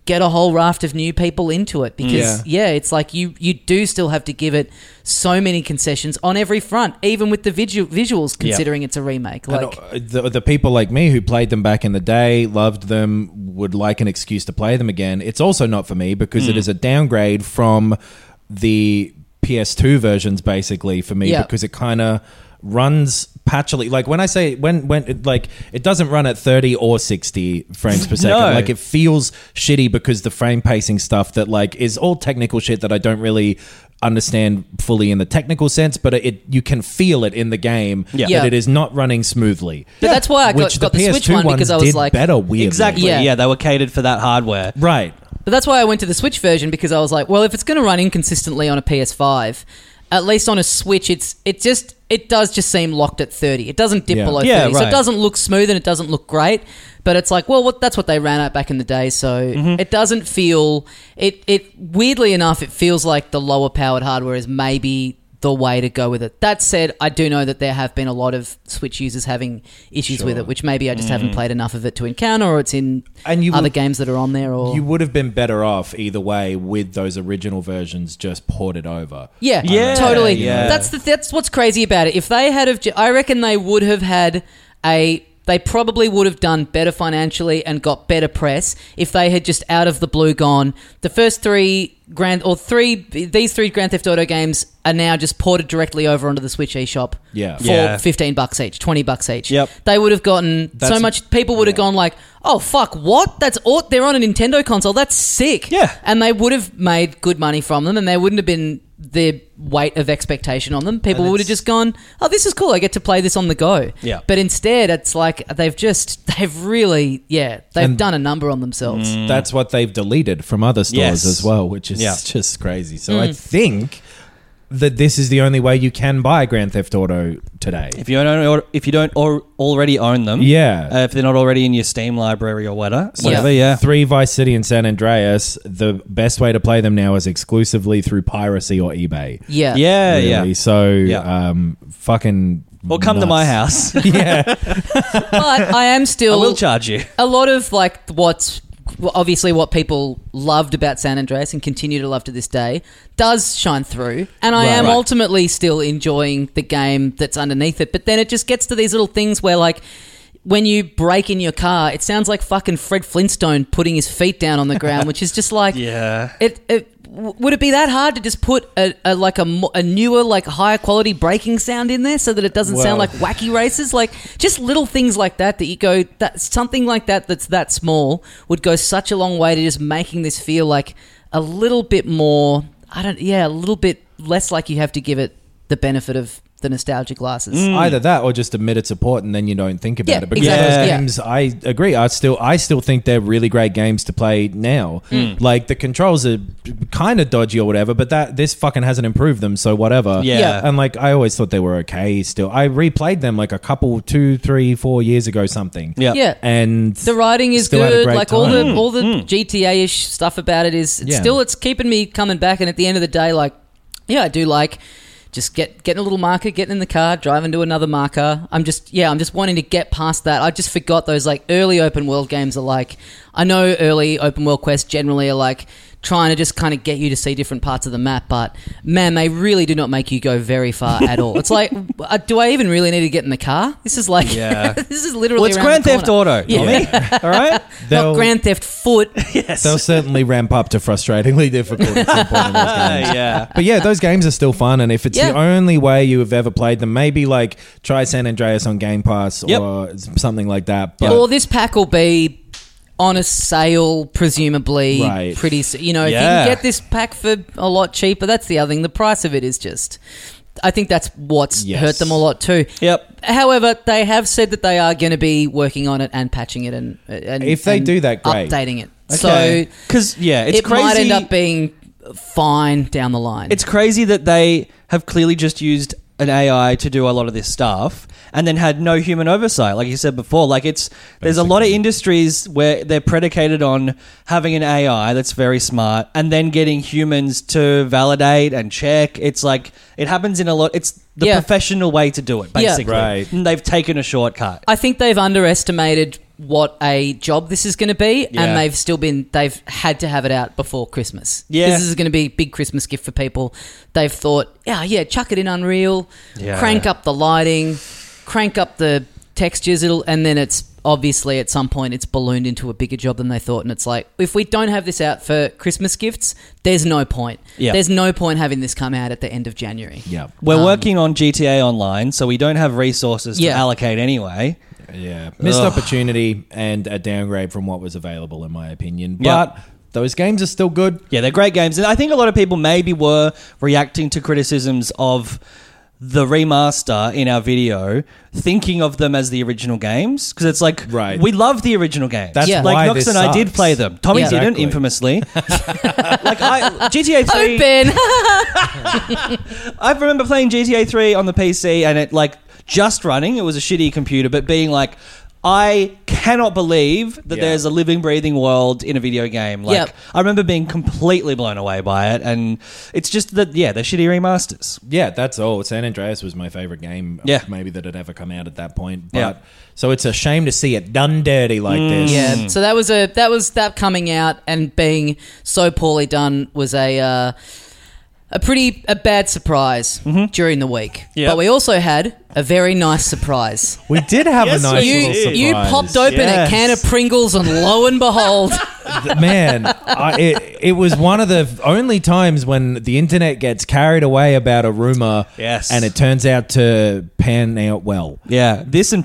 [SPEAKER 3] get a whole raft of new people into it because
[SPEAKER 5] Yeah.
[SPEAKER 3] yeah, it's like you you do still have to give it so many concessions on every front, even with the visu- visuals. Considering it's a remake,
[SPEAKER 5] And,
[SPEAKER 3] like
[SPEAKER 5] uh, the, the people like me who played them back in the day, loved them, would like an
[SPEAKER 3] Hmm.
[SPEAKER 5] excuse to play them again. It's also not for me because it is a downgrade from the PS2 versions basically for me
[SPEAKER 3] Yeah.
[SPEAKER 5] because it kind of runs patchily. Like when I say when when it, like it doesn't run at 30 or 60 frames per second.
[SPEAKER 4] No.
[SPEAKER 5] Like it feels shitty because the frame pacing stuff that like is all technical shit that I don't really understand fully in the technical sense, but it you can feel it in the game
[SPEAKER 4] Yeah.
[SPEAKER 5] that
[SPEAKER 3] Yeah.
[SPEAKER 5] it is not running smoothly.
[SPEAKER 3] But that's why I got-
[SPEAKER 5] Which
[SPEAKER 3] got the Switch
[SPEAKER 5] PS2
[SPEAKER 3] one because
[SPEAKER 5] ones
[SPEAKER 3] I was
[SPEAKER 5] did
[SPEAKER 3] like-
[SPEAKER 5] better weirdly.
[SPEAKER 4] Exactly.
[SPEAKER 3] Yeah.
[SPEAKER 4] Yeah. they were catered for that hardware.
[SPEAKER 5] Right.
[SPEAKER 3] But that's why I went to the Switch version because I was like, well, if it's going to run inconsistently on a PS5, at least on a Switch, it's it just it does just seem locked at thirty. It doesn't dip
[SPEAKER 5] Yeah.
[SPEAKER 3] below
[SPEAKER 4] Yeah,
[SPEAKER 3] thirty, so it
[SPEAKER 4] right.
[SPEAKER 3] doesn't look smooth and it doesn't look great. But it's like, well, what, that's what they ran at back in the day, so
[SPEAKER 5] Mm-hmm.
[SPEAKER 3] it doesn't feel it. It weirdly enough, it feels like the lower powered hardware is maybe the way to go with it. That said, I do know that there have been a lot of Switch users having issues with it, which maybe I just haven't played enough of it to encounter, or it's in
[SPEAKER 5] Mm. And you
[SPEAKER 3] other
[SPEAKER 5] will-
[SPEAKER 3] games that are on there, or
[SPEAKER 5] You would have been better off either way with those original versions just ported over.
[SPEAKER 3] Yeah,
[SPEAKER 4] Yeah,
[SPEAKER 3] totally.
[SPEAKER 4] yeah.
[SPEAKER 3] That's the, that's what's crazy about it. If they had have, I reckon they would have had a. They probably would have done better financially and got better press if they had just out of the blue gone. The first three grand or three these three Grand Theft Auto games are now just ported directly over onto the Switch eShop.
[SPEAKER 5] Yeah.
[SPEAKER 3] for
[SPEAKER 4] Yeah.
[SPEAKER 3] fifteen bucks each, twenty bucks each.
[SPEAKER 4] Yep.
[SPEAKER 3] they would have gotten so
[SPEAKER 5] That's-
[SPEAKER 3] much. People would have gone like, "Oh fuck, what? That's au- they're on a Nintendo console. That's sick."
[SPEAKER 4] Yeah.
[SPEAKER 3] And they would have made good money from them and they wouldn't have been the weight of expectation on them. People
[SPEAKER 4] And
[SPEAKER 3] would have
[SPEAKER 4] it's-
[SPEAKER 3] just gone, oh, this is cool. I get to play this on the go.
[SPEAKER 4] Yeah.
[SPEAKER 3] But instead, it's like they've just, they've really, yeah, they've
[SPEAKER 5] And-
[SPEAKER 3] done a number on themselves.
[SPEAKER 4] Mm.
[SPEAKER 5] Mm. That's what they've deleted from other stores
[SPEAKER 4] Yes.
[SPEAKER 5] as well, which is
[SPEAKER 4] Yeah.
[SPEAKER 5] just crazy. So
[SPEAKER 3] Mm.
[SPEAKER 5] I think that this is the only way you can buy Grand Theft Auto today.
[SPEAKER 4] If you don't, if you don't al- already own them,
[SPEAKER 5] Yeah.
[SPEAKER 4] uh, if they're not already in your Steam library or whatever,
[SPEAKER 3] Yeah.
[SPEAKER 4] whatever, yeah.
[SPEAKER 5] Three Vice City and San Andreas, the best way to play them now is exclusively through piracy or eBay.
[SPEAKER 3] Yeah.
[SPEAKER 4] Yeah,
[SPEAKER 5] really.
[SPEAKER 4] yeah.
[SPEAKER 5] So,
[SPEAKER 4] Yeah.
[SPEAKER 5] um, fucking.
[SPEAKER 4] Or come to
[SPEAKER 5] nuts.
[SPEAKER 4] my house.
[SPEAKER 5] yeah.
[SPEAKER 3] But I am
[SPEAKER 4] I
[SPEAKER 3] still.
[SPEAKER 4] will charge you.
[SPEAKER 3] a lot of like what's obviously what people loved about San Andreas and continue to love to this day does shine through and I
[SPEAKER 4] Right.
[SPEAKER 3] am
[SPEAKER 4] Right.
[SPEAKER 3] ultimately still enjoying the game that's underneath it but then it just gets to these little things where like when you break in your car it sounds like fucking Fred Flintstone putting his feet down on the ground which is just like
[SPEAKER 4] Yeah.
[SPEAKER 3] it, it w- would it be that hard to just put a, a like a, mo- a newer like higher quality braking sound in there so that it doesn't sound
[SPEAKER 5] Well-
[SPEAKER 3] like wacky races like just little things like that that you go that something like that that's that small would go such a long way to just making this feel like a little bit more I don't yeah a little bit less like you have to give it the benefit of the nostalgia glasses
[SPEAKER 5] Mm. Either that or just admit it's important, then you don't think about
[SPEAKER 3] Yeah,
[SPEAKER 5] it. Because
[SPEAKER 3] exactly.
[SPEAKER 5] those
[SPEAKER 3] Yeah.
[SPEAKER 5] games, I agree. I still, I still think they're really great games to play now.
[SPEAKER 4] Mm.
[SPEAKER 5] Like the controls are kind of dodgy or whatever, but that this fucking hasn't improved them, so whatever.
[SPEAKER 4] Yeah. Yeah.
[SPEAKER 5] And like I always thought they were okay. Still, I replayed them like a couple, two, three, four years ago, something.
[SPEAKER 4] Yeah.
[SPEAKER 3] yeah
[SPEAKER 5] And
[SPEAKER 3] The writing is
[SPEAKER 5] Still had a
[SPEAKER 3] good.
[SPEAKER 5] great
[SPEAKER 3] Like all the
[SPEAKER 5] time.
[SPEAKER 3] all the GTA ish stuff about it is it's
[SPEAKER 5] Yeah.
[SPEAKER 3] still it's keeping me coming back. And at the end of the day, like yeah, I do like just get getting a little marker, getting in the car, driving to another marker. I'm just yeah, I'm just wanting to get past that. I just forgot those like early open world games are like. I know early open world quests generally are like trying to just kind of get you to see different parts of the map but man they really do not make you go very far at all it's like uh, do i even really need to get in the car this is like
[SPEAKER 4] Yeah.
[SPEAKER 3] this is literally
[SPEAKER 4] Well, it's
[SPEAKER 3] around
[SPEAKER 4] Grand
[SPEAKER 3] the
[SPEAKER 4] Theft
[SPEAKER 3] corner.
[SPEAKER 4] Auto,
[SPEAKER 3] Yeah.
[SPEAKER 4] Tommy. All right.
[SPEAKER 3] Not
[SPEAKER 5] they'll,
[SPEAKER 3] Grand Theft Foot.
[SPEAKER 5] they'll certainly ramp up to frustratingly difficult at some point in those games.
[SPEAKER 4] Uh, yeah.
[SPEAKER 5] But yeah, those games are still fun, and if it's
[SPEAKER 3] Yeah.
[SPEAKER 5] the only way you have ever played them, maybe like try San Andreas on Game Pass
[SPEAKER 4] Yep.
[SPEAKER 5] or s- something like that. But
[SPEAKER 3] or this pack will be on a sale, presumably.
[SPEAKER 5] Right.
[SPEAKER 3] Pretty, s- you know, if
[SPEAKER 4] Yeah.
[SPEAKER 3] you can get this pack for a lot cheaper, that's the other thing. The price of it is just. I think that's what's
[SPEAKER 5] Yes.
[SPEAKER 3] hurt them a lot too.
[SPEAKER 4] Yep.
[SPEAKER 3] However, they have said that they are going to be working on it and patching it and, and
[SPEAKER 5] If they
[SPEAKER 3] and
[SPEAKER 5] do that, great.
[SPEAKER 3] updating it.
[SPEAKER 4] Okay.
[SPEAKER 3] So
[SPEAKER 4] Because yeah, it's
[SPEAKER 3] it
[SPEAKER 4] crazy.
[SPEAKER 3] might end up being fine down the line.
[SPEAKER 4] it's crazy that they have clearly just used an AI to do a lot of this stuff and then had no human oversight like you said before like it's there's a lot of industries where they're predicated on having an AI that's very smart and then getting humans to validate and check it's like it happens in a lot it's the
[SPEAKER 3] Yeah.
[SPEAKER 4] professional way to do it
[SPEAKER 3] Yeah.
[SPEAKER 4] basically
[SPEAKER 5] Right.
[SPEAKER 4] and they've taken a shortcut
[SPEAKER 3] I think they've underestimated what a job this is going to be,
[SPEAKER 4] Yeah.
[SPEAKER 3] and they've still been they've had to have it out before Christmas.
[SPEAKER 4] Yeah.
[SPEAKER 3] this is going to be a big Christmas gift for people. They've thought, yeah, yeah, chuck it in Unreal,
[SPEAKER 4] Yeah.
[SPEAKER 3] crank up the lighting, crank up the textures. It'll and then it's obviously at some point it's ballooned into a bigger job than they thought. And it's like if we don't have this out for Christmas gifts, there's no point.
[SPEAKER 4] Yeah.
[SPEAKER 3] There's no point having this come out at the end of January.
[SPEAKER 5] Yeah.
[SPEAKER 4] We're working on GTA Online, so we don't have resources to
[SPEAKER 3] Um, Yeah.
[SPEAKER 4] allocate anyway.
[SPEAKER 5] Yeah. Missed opportunity and a downgrade from what was available, in my opinion.
[SPEAKER 4] Yeah.
[SPEAKER 5] But those games are still good.
[SPEAKER 4] Yeah, they're great games, and I think a lot of people maybe were reacting to criticisms of the remaster in our video, thinking of them as the original games because it's like
[SPEAKER 5] Right.
[SPEAKER 4] we love the original games.
[SPEAKER 5] That's
[SPEAKER 3] Yeah.
[SPEAKER 4] like
[SPEAKER 5] why
[SPEAKER 4] Knox
[SPEAKER 5] this
[SPEAKER 4] and I did
[SPEAKER 5] sucks.
[SPEAKER 4] play them. Tommy
[SPEAKER 3] Yeah.
[SPEAKER 4] didn't,
[SPEAKER 5] Exactly.
[SPEAKER 4] infamously. like I, GTA Three.
[SPEAKER 3] Open.
[SPEAKER 4] I remember playing GTA 3 on the PC and it like just running. It was a shitty computer, but being like, I cannot believe that
[SPEAKER 5] Yeah.
[SPEAKER 4] there's a living, breathing world in a video game. Like,
[SPEAKER 3] Yep.
[SPEAKER 4] I remember being completely blown away by it. And it's just that, yeah, they're shitty remasters.
[SPEAKER 5] Yeah, that's all. San Andreas was my favorite game, uh,
[SPEAKER 4] Yeah.
[SPEAKER 5] maybe that had ever come out at that point. But,
[SPEAKER 4] Yeah. Mm.
[SPEAKER 5] So it's a shame to see it done dirty like this.
[SPEAKER 3] Yeah. So that was a that was that coming out and being so poorly done was a uh, a pretty a bad surprise
[SPEAKER 4] Mm-hmm.
[SPEAKER 3] during the week.
[SPEAKER 4] Yep.
[SPEAKER 3] But we also had a very nice surprise.
[SPEAKER 5] We did have
[SPEAKER 4] Yes,
[SPEAKER 5] a nice
[SPEAKER 4] we
[SPEAKER 3] you
[SPEAKER 5] little surprise.
[SPEAKER 3] you popped open
[SPEAKER 4] Yes.
[SPEAKER 3] a can of Pringles and lo and behold,
[SPEAKER 5] man, I, it, it was one of the only times when the internet gets carried away about a rumor,
[SPEAKER 4] Yes.
[SPEAKER 5] and it turns out to pan out well.
[SPEAKER 4] Yeah, this and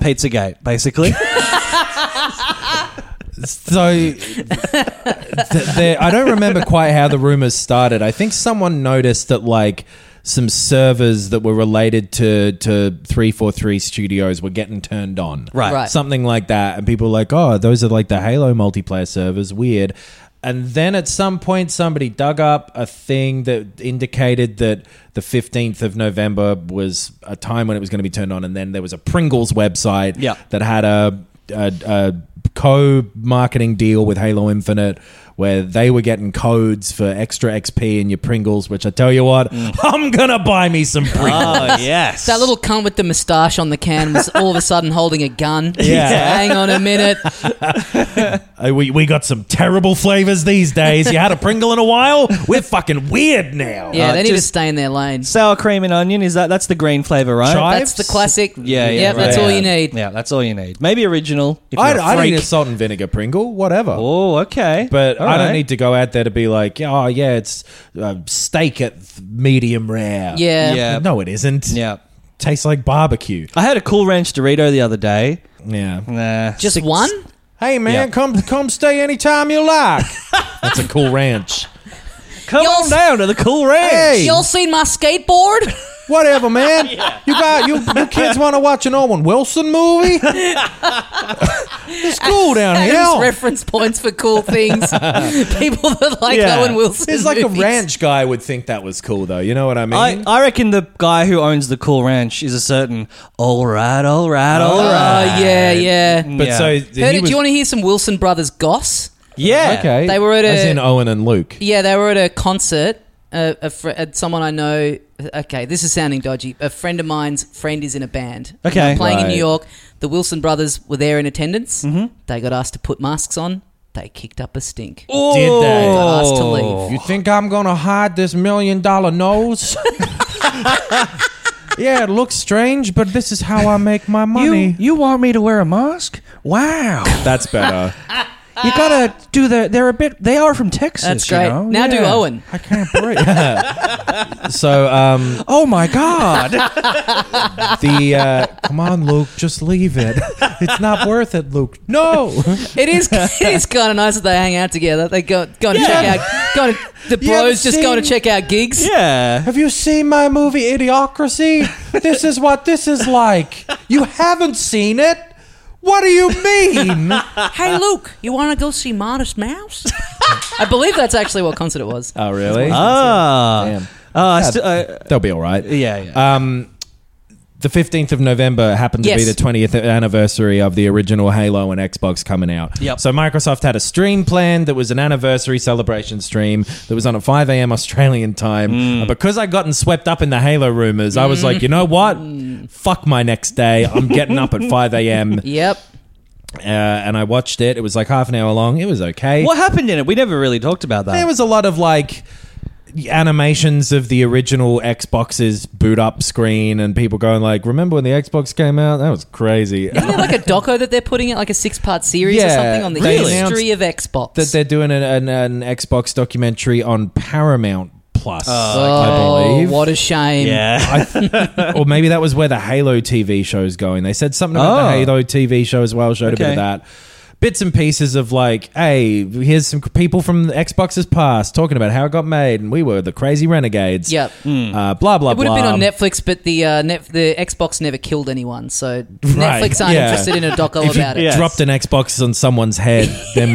[SPEAKER 4] Pizzagate, basically.
[SPEAKER 5] So th- there, I don't remember quite how the rumors started. I think someone noticed that like some servers that were related to to 343 studios were getting turned on.
[SPEAKER 4] Right. Right.
[SPEAKER 5] Something like that and people were like, "Oh, those are like the Halo multiplayer servers. Weird." And then at some point somebody dug up a thing that indicated that the 15th of November was a time when it was going to be turned on and then there was a Pringles website
[SPEAKER 4] Yeah.
[SPEAKER 5] that had a, a, a co-marketing deal with Halo Infinite where they were getting codes for extra XP in your Pringles, which I tell you what, I'm gonna buy me some Pringles.
[SPEAKER 4] oh, yes.
[SPEAKER 3] that little cunt with the moustache on the can was all of a sudden holding a gun.
[SPEAKER 5] Yeah.
[SPEAKER 3] Hang on a minute.
[SPEAKER 5] Uh, we, we got some terrible flavors these days. You had a Pringle in a while? We're fucking weird now.
[SPEAKER 3] Yeah,
[SPEAKER 4] Uh,
[SPEAKER 3] they need to
[SPEAKER 4] just-
[SPEAKER 3] stay in their lane.
[SPEAKER 4] Sour cream and onion, is that, that's the green flavor, right?
[SPEAKER 5] Chives?
[SPEAKER 3] That's the classic.
[SPEAKER 4] Yeah, yeah.
[SPEAKER 3] Yep,
[SPEAKER 4] right.
[SPEAKER 3] that's all you
[SPEAKER 4] Yeah.
[SPEAKER 3] need.
[SPEAKER 4] Yeah, that's all you need. Maybe original. If
[SPEAKER 5] I,
[SPEAKER 4] you're a
[SPEAKER 5] I don't
[SPEAKER 4] freak.
[SPEAKER 5] need a salt and vinegar Pringle, whatever.
[SPEAKER 4] Oh, okay.
[SPEAKER 5] But
[SPEAKER 4] All
[SPEAKER 5] I
[SPEAKER 4] right.
[SPEAKER 5] don't need to go out there to be like, oh, yeah, it's uh, steak at th- medium rare.
[SPEAKER 3] Yeah.
[SPEAKER 4] Yeah.
[SPEAKER 5] No, it isn't.
[SPEAKER 4] Yeah.
[SPEAKER 5] Tastes like barbecue.
[SPEAKER 4] I had a Cool Ranch Dorito the other day.
[SPEAKER 5] Yeah.
[SPEAKER 4] Nah,
[SPEAKER 3] Just
[SPEAKER 4] six-
[SPEAKER 3] one?
[SPEAKER 5] Hey man,
[SPEAKER 4] Yeah.
[SPEAKER 5] come come stay anytime you like. That's a cool ranch.
[SPEAKER 4] Come
[SPEAKER 3] Y'all
[SPEAKER 4] on
[SPEAKER 3] s-
[SPEAKER 4] down to the Cool Ranch.
[SPEAKER 5] Hey,
[SPEAKER 3] Y'all seen my skateboard?
[SPEAKER 5] whatever, man. You got you, you kids want to watch an Owen Wilson movie? it's cool down
[SPEAKER 3] Adam's
[SPEAKER 5] here.
[SPEAKER 3] reference points for cool things. People that like
[SPEAKER 4] Yeah.
[SPEAKER 3] Owen Wilson.
[SPEAKER 5] It's like a
[SPEAKER 3] movies.
[SPEAKER 5] ranch guy would think that was cool, though. You know what I
[SPEAKER 4] I,
[SPEAKER 5] mean?
[SPEAKER 4] I reckon the guy who owns the Cool Ranch is a certain all right, all right, all
[SPEAKER 3] Oh
[SPEAKER 4] right.
[SPEAKER 3] yeah, yeah.
[SPEAKER 5] but
[SPEAKER 4] yeah.
[SPEAKER 5] so
[SPEAKER 4] Heard
[SPEAKER 5] Mm. he
[SPEAKER 3] Heard it, do
[SPEAKER 5] was-
[SPEAKER 3] you want to hear some Wilson brothers goss?
[SPEAKER 4] yeah.
[SPEAKER 5] okay,
[SPEAKER 3] They were at
[SPEAKER 5] as
[SPEAKER 3] a-
[SPEAKER 5] in Owen and Luke.
[SPEAKER 3] Yeah, they were at a concert. Uh, a fr- uh, someone I know. Okay, this is sounding dodgy. A friend of mine's friend is in a band.
[SPEAKER 4] Okay.
[SPEAKER 3] They were playing in
[SPEAKER 5] Right. Mm-hmm.
[SPEAKER 3] New York. The Wilson brothers were there in attendance. They got asked to put masks on. They kicked up a stink.
[SPEAKER 5] Did they?
[SPEAKER 3] Got asked to leave.
[SPEAKER 5] You think I'm gonna hide this million dollar nose? yeah, it looks strange, but this is how I make my money.
[SPEAKER 4] You, you want me to wear a mask? Wow.
[SPEAKER 5] That's better.
[SPEAKER 4] you gotta do the. They're a bit. They are from Texas.
[SPEAKER 3] Ah. That's
[SPEAKER 4] you
[SPEAKER 3] great.
[SPEAKER 4] know?
[SPEAKER 3] now do
[SPEAKER 4] Yeah.
[SPEAKER 3] Owen.
[SPEAKER 5] I can't breathe. so um,
[SPEAKER 4] Oh my God.
[SPEAKER 5] the uh, come on, Luke, just leave it. It's not worth it, Luke. No.
[SPEAKER 3] It is. It is kind of nice that they hang out together. They go go to check out. Go to, the
[SPEAKER 5] You ever
[SPEAKER 3] bros just go to
[SPEAKER 5] seen-
[SPEAKER 3] check out gigs.
[SPEAKER 4] yeah.
[SPEAKER 5] Have you seen my movie Idiocracy? This is what this is like. You haven't seen it. What do you mean?
[SPEAKER 3] Hey Luke, you want to go see Modest Mouse? I believe that's actually what concert it was.
[SPEAKER 5] Oh, really?
[SPEAKER 4] Ah.
[SPEAKER 5] Damn.
[SPEAKER 4] Oh, I still- I-
[SPEAKER 5] They'll be all right.
[SPEAKER 4] yeah. yeah.
[SPEAKER 5] Um, the 15th of November happened to
[SPEAKER 3] Yes.
[SPEAKER 5] be the 20th anniversary of the original Halo and Xbox coming out.
[SPEAKER 4] Yep.
[SPEAKER 5] So Microsoft had a stream planned that was an anniversary celebration stream that was on at 5 a.m. Australian time. And because I'd gotten swept up in the Halo rumors, I was like, you know what? Fuck my next day. I'm getting up at 5 a.m.
[SPEAKER 3] Yep.
[SPEAKER 5] Uh, and I watched it. It was like half an hour long. It was okay.
[SPEAKER 4] what happened in it? We never really talked about that.
[SPEAKER 5] There was a lot of like animations of the original Xbox's boot up screen and people going like, "Remember when the Xbox came out? That was crazy."
[SPEAKER 3] Isn't there like a doco that they're putting out, like a six part series or
[SPEAKER 5] Yeah,
[SPEAKER 3] something on the
[SPEAKER 5] they
[SPEAKER 3] history of Xbox?
[SPEAKER 5] that they're doing an, an, an Xbox documentary on Paramount Plus, I
[SPEAKER 3] Uh, oh,
[SPEAKER 5] believe.
[SPEAKER 3] what a shame.
[SPEAKER 4] Yeah.
[SPEAKER 5] I- or maybe that was where the Halo TV show is going. They said something about
[SPEAKER 4] Oh.
[SPEAKER 5] the Halo TV show as well. Showed a bit
[SPEAKER 4] Okay.
[SPEAKER 5] of that. Bits and pieces of like, hey, here's some people from Xbox's past talking about how it got made, and we were the crazy renegades.
[SPEAKER 3] Yep.
[SPEAKER 5] Uh, blah blah.
[SPEAKER 3] It would
[SPEAKER 5] blah.
[SPEAKER 3] have been on Netflix, but the uh, net, the Xbox never killed anyone, so Netflix aren't
[SPEAKER 5] yeah.
[SPEAKER 3] interested in a doco
[SPEAKER 5] If you
[SPEAKER 3] about it.
[SPEAKER 4] yeah. Yes.
[SPEAKER 5] dropped an Xbox on someone's head, then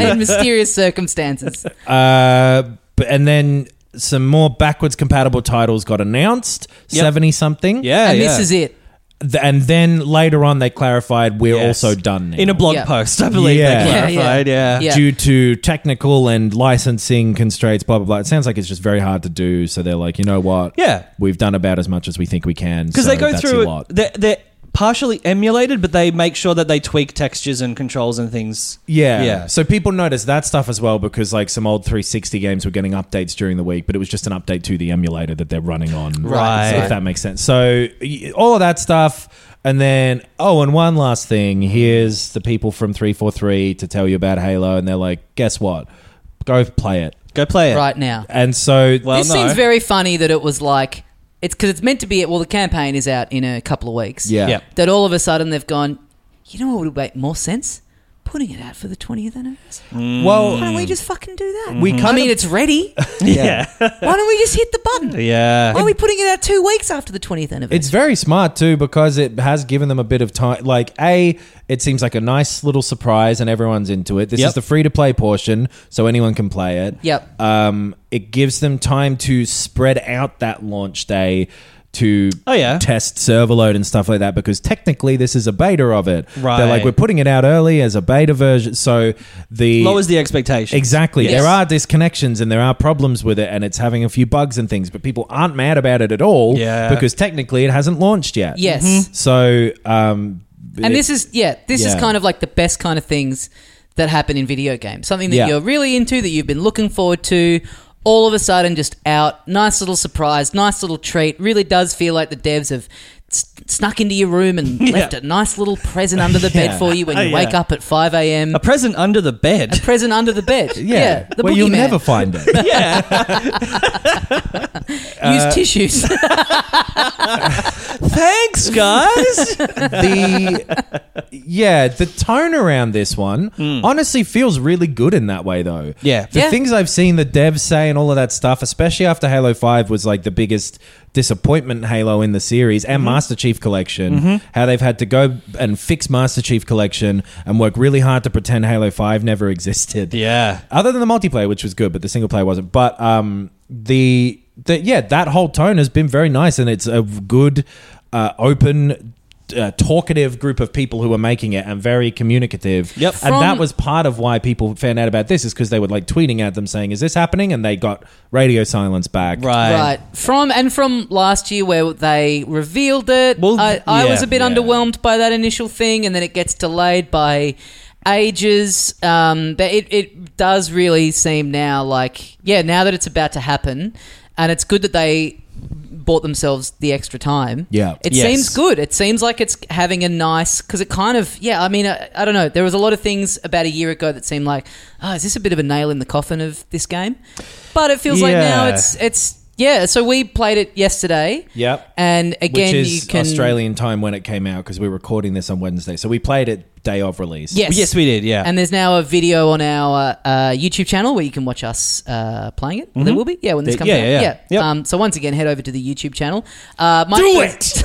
[SPEAKER 3] In mysterious circumstances.
[SPEAKER 5] Uh, but, and then some more backwards compatible titles got announced,
[SPEAKER 4] Yep.
[SPEAKER 5] seventy something.
[SPEAKER 4] yeah.
[SPEAKER 3] and E this
[SPEAKER 4] yeah.
[SPEAKER 3] is it.
[SPEAKER 5] Th- and then later on they clarified we're
[SPEAKER 4] Yes.
[SPEAKER 5] also done now.
[SPEAKER 4] in a blog
[SPEAKER 3] Yeah.
[SPEAKER 4] post, I believe
[SPEAKER 5] Yeah.
[SPEAKER 4] they
[SPEAKER 3] Yeah, yeah.
[SPEAKER 4] clarified. Yeah.
[SPEAKER 3] Yeah.
[SPEAKER 5] Due to technical and licensing constraints, blah blah blah. It sounds like it's just very hard to do. So they're like, you know what?
[SPEAKER 4] Yeah.
[SPEAKER 5] we've done about as much as we think we can.
[SPEAKER 4] Because
[SPEAKER 5] so
[SPEAKER 4] they go
[SPEAKER 5] that's
[SPEAKER 4] through
[SPEAKER 5] a lot.
[SPEAKER 4] it, they're, they're partially emulated, but they make sure that they tweak textures and controls and things.
[SPEAKER 5] Yeah.
[SPEAKER 4] Yeah.
[SPEAKER 5] So people noticed that stuff as well because like some old 360 games were getting updates during the week, but it was just an update to the emulator that they're running on.
[SPEAKER 4] Right.
[SPEAKER 5] So if that makes sense. So y- all of that stuff. And then, oh, and one last thing. Here's the people from 343 to tell you about Halo. And they're like, guess what? Go play it.
[SPEAKER 4] Go play it.
[SPEAKER 3] Right now.
[SPEAKER 5] And so.
[SPEAKER 4] Well,
[SPEAKER 3] this
[SPEAKER 4] no.
[SPEAKER 3] seems very funny that it was like it's because it's meant to be. Well, the campaign is out in a couple of weeks.
[SPEAKER 5] Yeah.
[SPEAKER 4] Yeah.
[SPEAKER 3] That all of a sudden they've gone. You know what would make more sense? Putting it out for the twentieth anniversary. Why
[SPEAKER 5] Well,
[SPEAKER 3] don't we just fucking do that?
[SPEAKER 5] Mm. we
[SPEAKER 3] I
[SPEAKER 5] kind
[SPEAKER 3] mean,
[SPEAKER 5] of.
[SPEAKER 3] it's ready.
[SPEAKER 4] Yeah. Yeah.
[SPEAKER 3] Why don't we just hit the button? Why are we putting it out two weeks after the twentieth anniversary?
[SPEAKER 5] It's very smart too because it has given them a bit of time. Like, a, it seems like a nice little surprise, and everyone's into it. This
[SPEAKER 4] Yep.
[SPEAKER 5] is the free to play portion, so anyone can play it.
[SPEAKER 3] Yep.
[SPEAKER 5] Um, it gives them time to spread out that launch day to
[SPEAKER 4] Oh, yeah.
[SPEAKER 5] test server load and stuff like that because technically this is a beta of it. They're
[SPEAKER 4] Right.
[SPEAKER 5] like we're putting it out early as a beta version, so the
[SPEAKER 4] Lowers the expectation.
[SPEAKER 5] Exactly.
[SPEAKER 4] Yes.
[SPEAKER 5] There are disconnections and there are problems with it, and it's having a few bugs and things, but people aren't mad about it at all
[SPEAKER 4] Yeah.
[SPEAKER 5] because technically it hasn't launched yet.
[SPEAKER 3] Yes.
[SPEAKER 5] So, um,
[SPEAKER 3] and
[SPEAKER 5] it-
[SPEAKER 3] this is yeah, this is
[SPEAKER 5] yeah.
[SPEAKER 3] kind of like the best kind of things that happen in video games. Something that
[SPEAKER 5] Yeah.
[SPEAKER 3] you're really into that you've been looking forward to. All of a sudden, just out. Nice little surprise. Nice little treat. Really does feel like the devs have s- snuck into your room and left a nice little present under the bed
[SPEAKER 5] Yeah.
[SPEAKER 3] for you when you
[SPEAKER 4] Yeah.
[SPEAKER 3] wake up at five a.m.
[SPEAKER 4] A present under the bed.
[SPEAKER 3] present under the bed. Yeah, the
[SPEAKER 5] well, you'll
[SPEAKER 3] boogeyman.
[SPEAKER 5] never find it.
[SPEAKER 3] Use
[SPEAKER 5] uh,
[SPEAKER 3] tissues.
[SPEAKER 4] Thanks, guys.
[SPEAKER 5] the yeah, the tone around this one honestly feels really good in that way though.
[SPEAKER 4] Hmm. Yeah.
[SPEAKER 5] The
[SPEAKER 3] Yeah.
[SPEAKER 5] things I've seen the devs say and all of that stuff, especially after Halo 5 was like the biggest disappointment Halo in the series and
[SPEAKER 4] Mm-hmm.
[SPEAKER 5] Master Chief Collection, how they've had to go and fix Master Chief Collection and work really hard to pretend Halo 5 never existed
[SPEAKER 4] yeah.
[SPEAKER 5] other than the multiplayer, which was good, but the single player wasn't. But um, the, the yeah, that whole tone has been very nice, and it's a good, uh, open. Uh, talkative group of people who were making it and very communicative.
[SPEAKER 4] Yep.
[SPEAKER 5] and that
[SPEAKER 3] From-
[SPEAKER 5] was part of why people found out about this is because they were like tweeting at them saying, "Is this happening?" And they got radio silence back.
[SPEAKER 4] Right.
[SPEAKER 3] Right. From and from last year where they revealed it.
[SPEAKER 4] Well,
[SPEAKER 3] I, I
[SPEAKER 4] yeah,
[SPEAKER 3] was a bit
[SPEAKER 5] yeah.
[SPEAKER 3] underwhelmed by that initial thing, and then it gets delayed by ages. Um, but it, it does really seem now like yeah, now that it's about to happen, and it's good that they bought themselves the extra time.
[SPEAKER 5] Yeah.
[SPEAKER 3] It
[SPEAKER 4] Yes.
[SPEAKER 3] seems good. It seems like it's having a nice because it kind of yeah. I mean, I, I don't know. There was a lot of things about a year ago that seemed like, oh, is this a bit of a nail in the coffin of this game? But it feels like now
[SPEAKER 4] Yeah.
[SPEAKER 3] it's it's yeah. So we played it yesterday.
[SPEAKER 5] Yep.
[SPEAKER 3] And again,
[SPEAKER 5] Which is
[SPEAKER 3] you can
[SPEAKER 5] Australian time when it came out because we're recording this on Wednesday, so we played it day of release.
[SPEAKER 3] Yes.
[SPEAKER 4] Yes, we did. Yeah.
[SPEAKER 3] And there's now a video on our uh, YouTube channel where you can watch us uh, playing it. There will be, yeah, when this
[SPEAKER 4] Mm-hmm. There-
[SPEAKER 3] comes
[SPEAKER 4] yeah,
[SPEAKER 3] out.
[SPEAKER 4] yeah, yeah. Yep.
[SPEAKER 3] Um, so once again, head over to the YouTube channel. Uh, my first,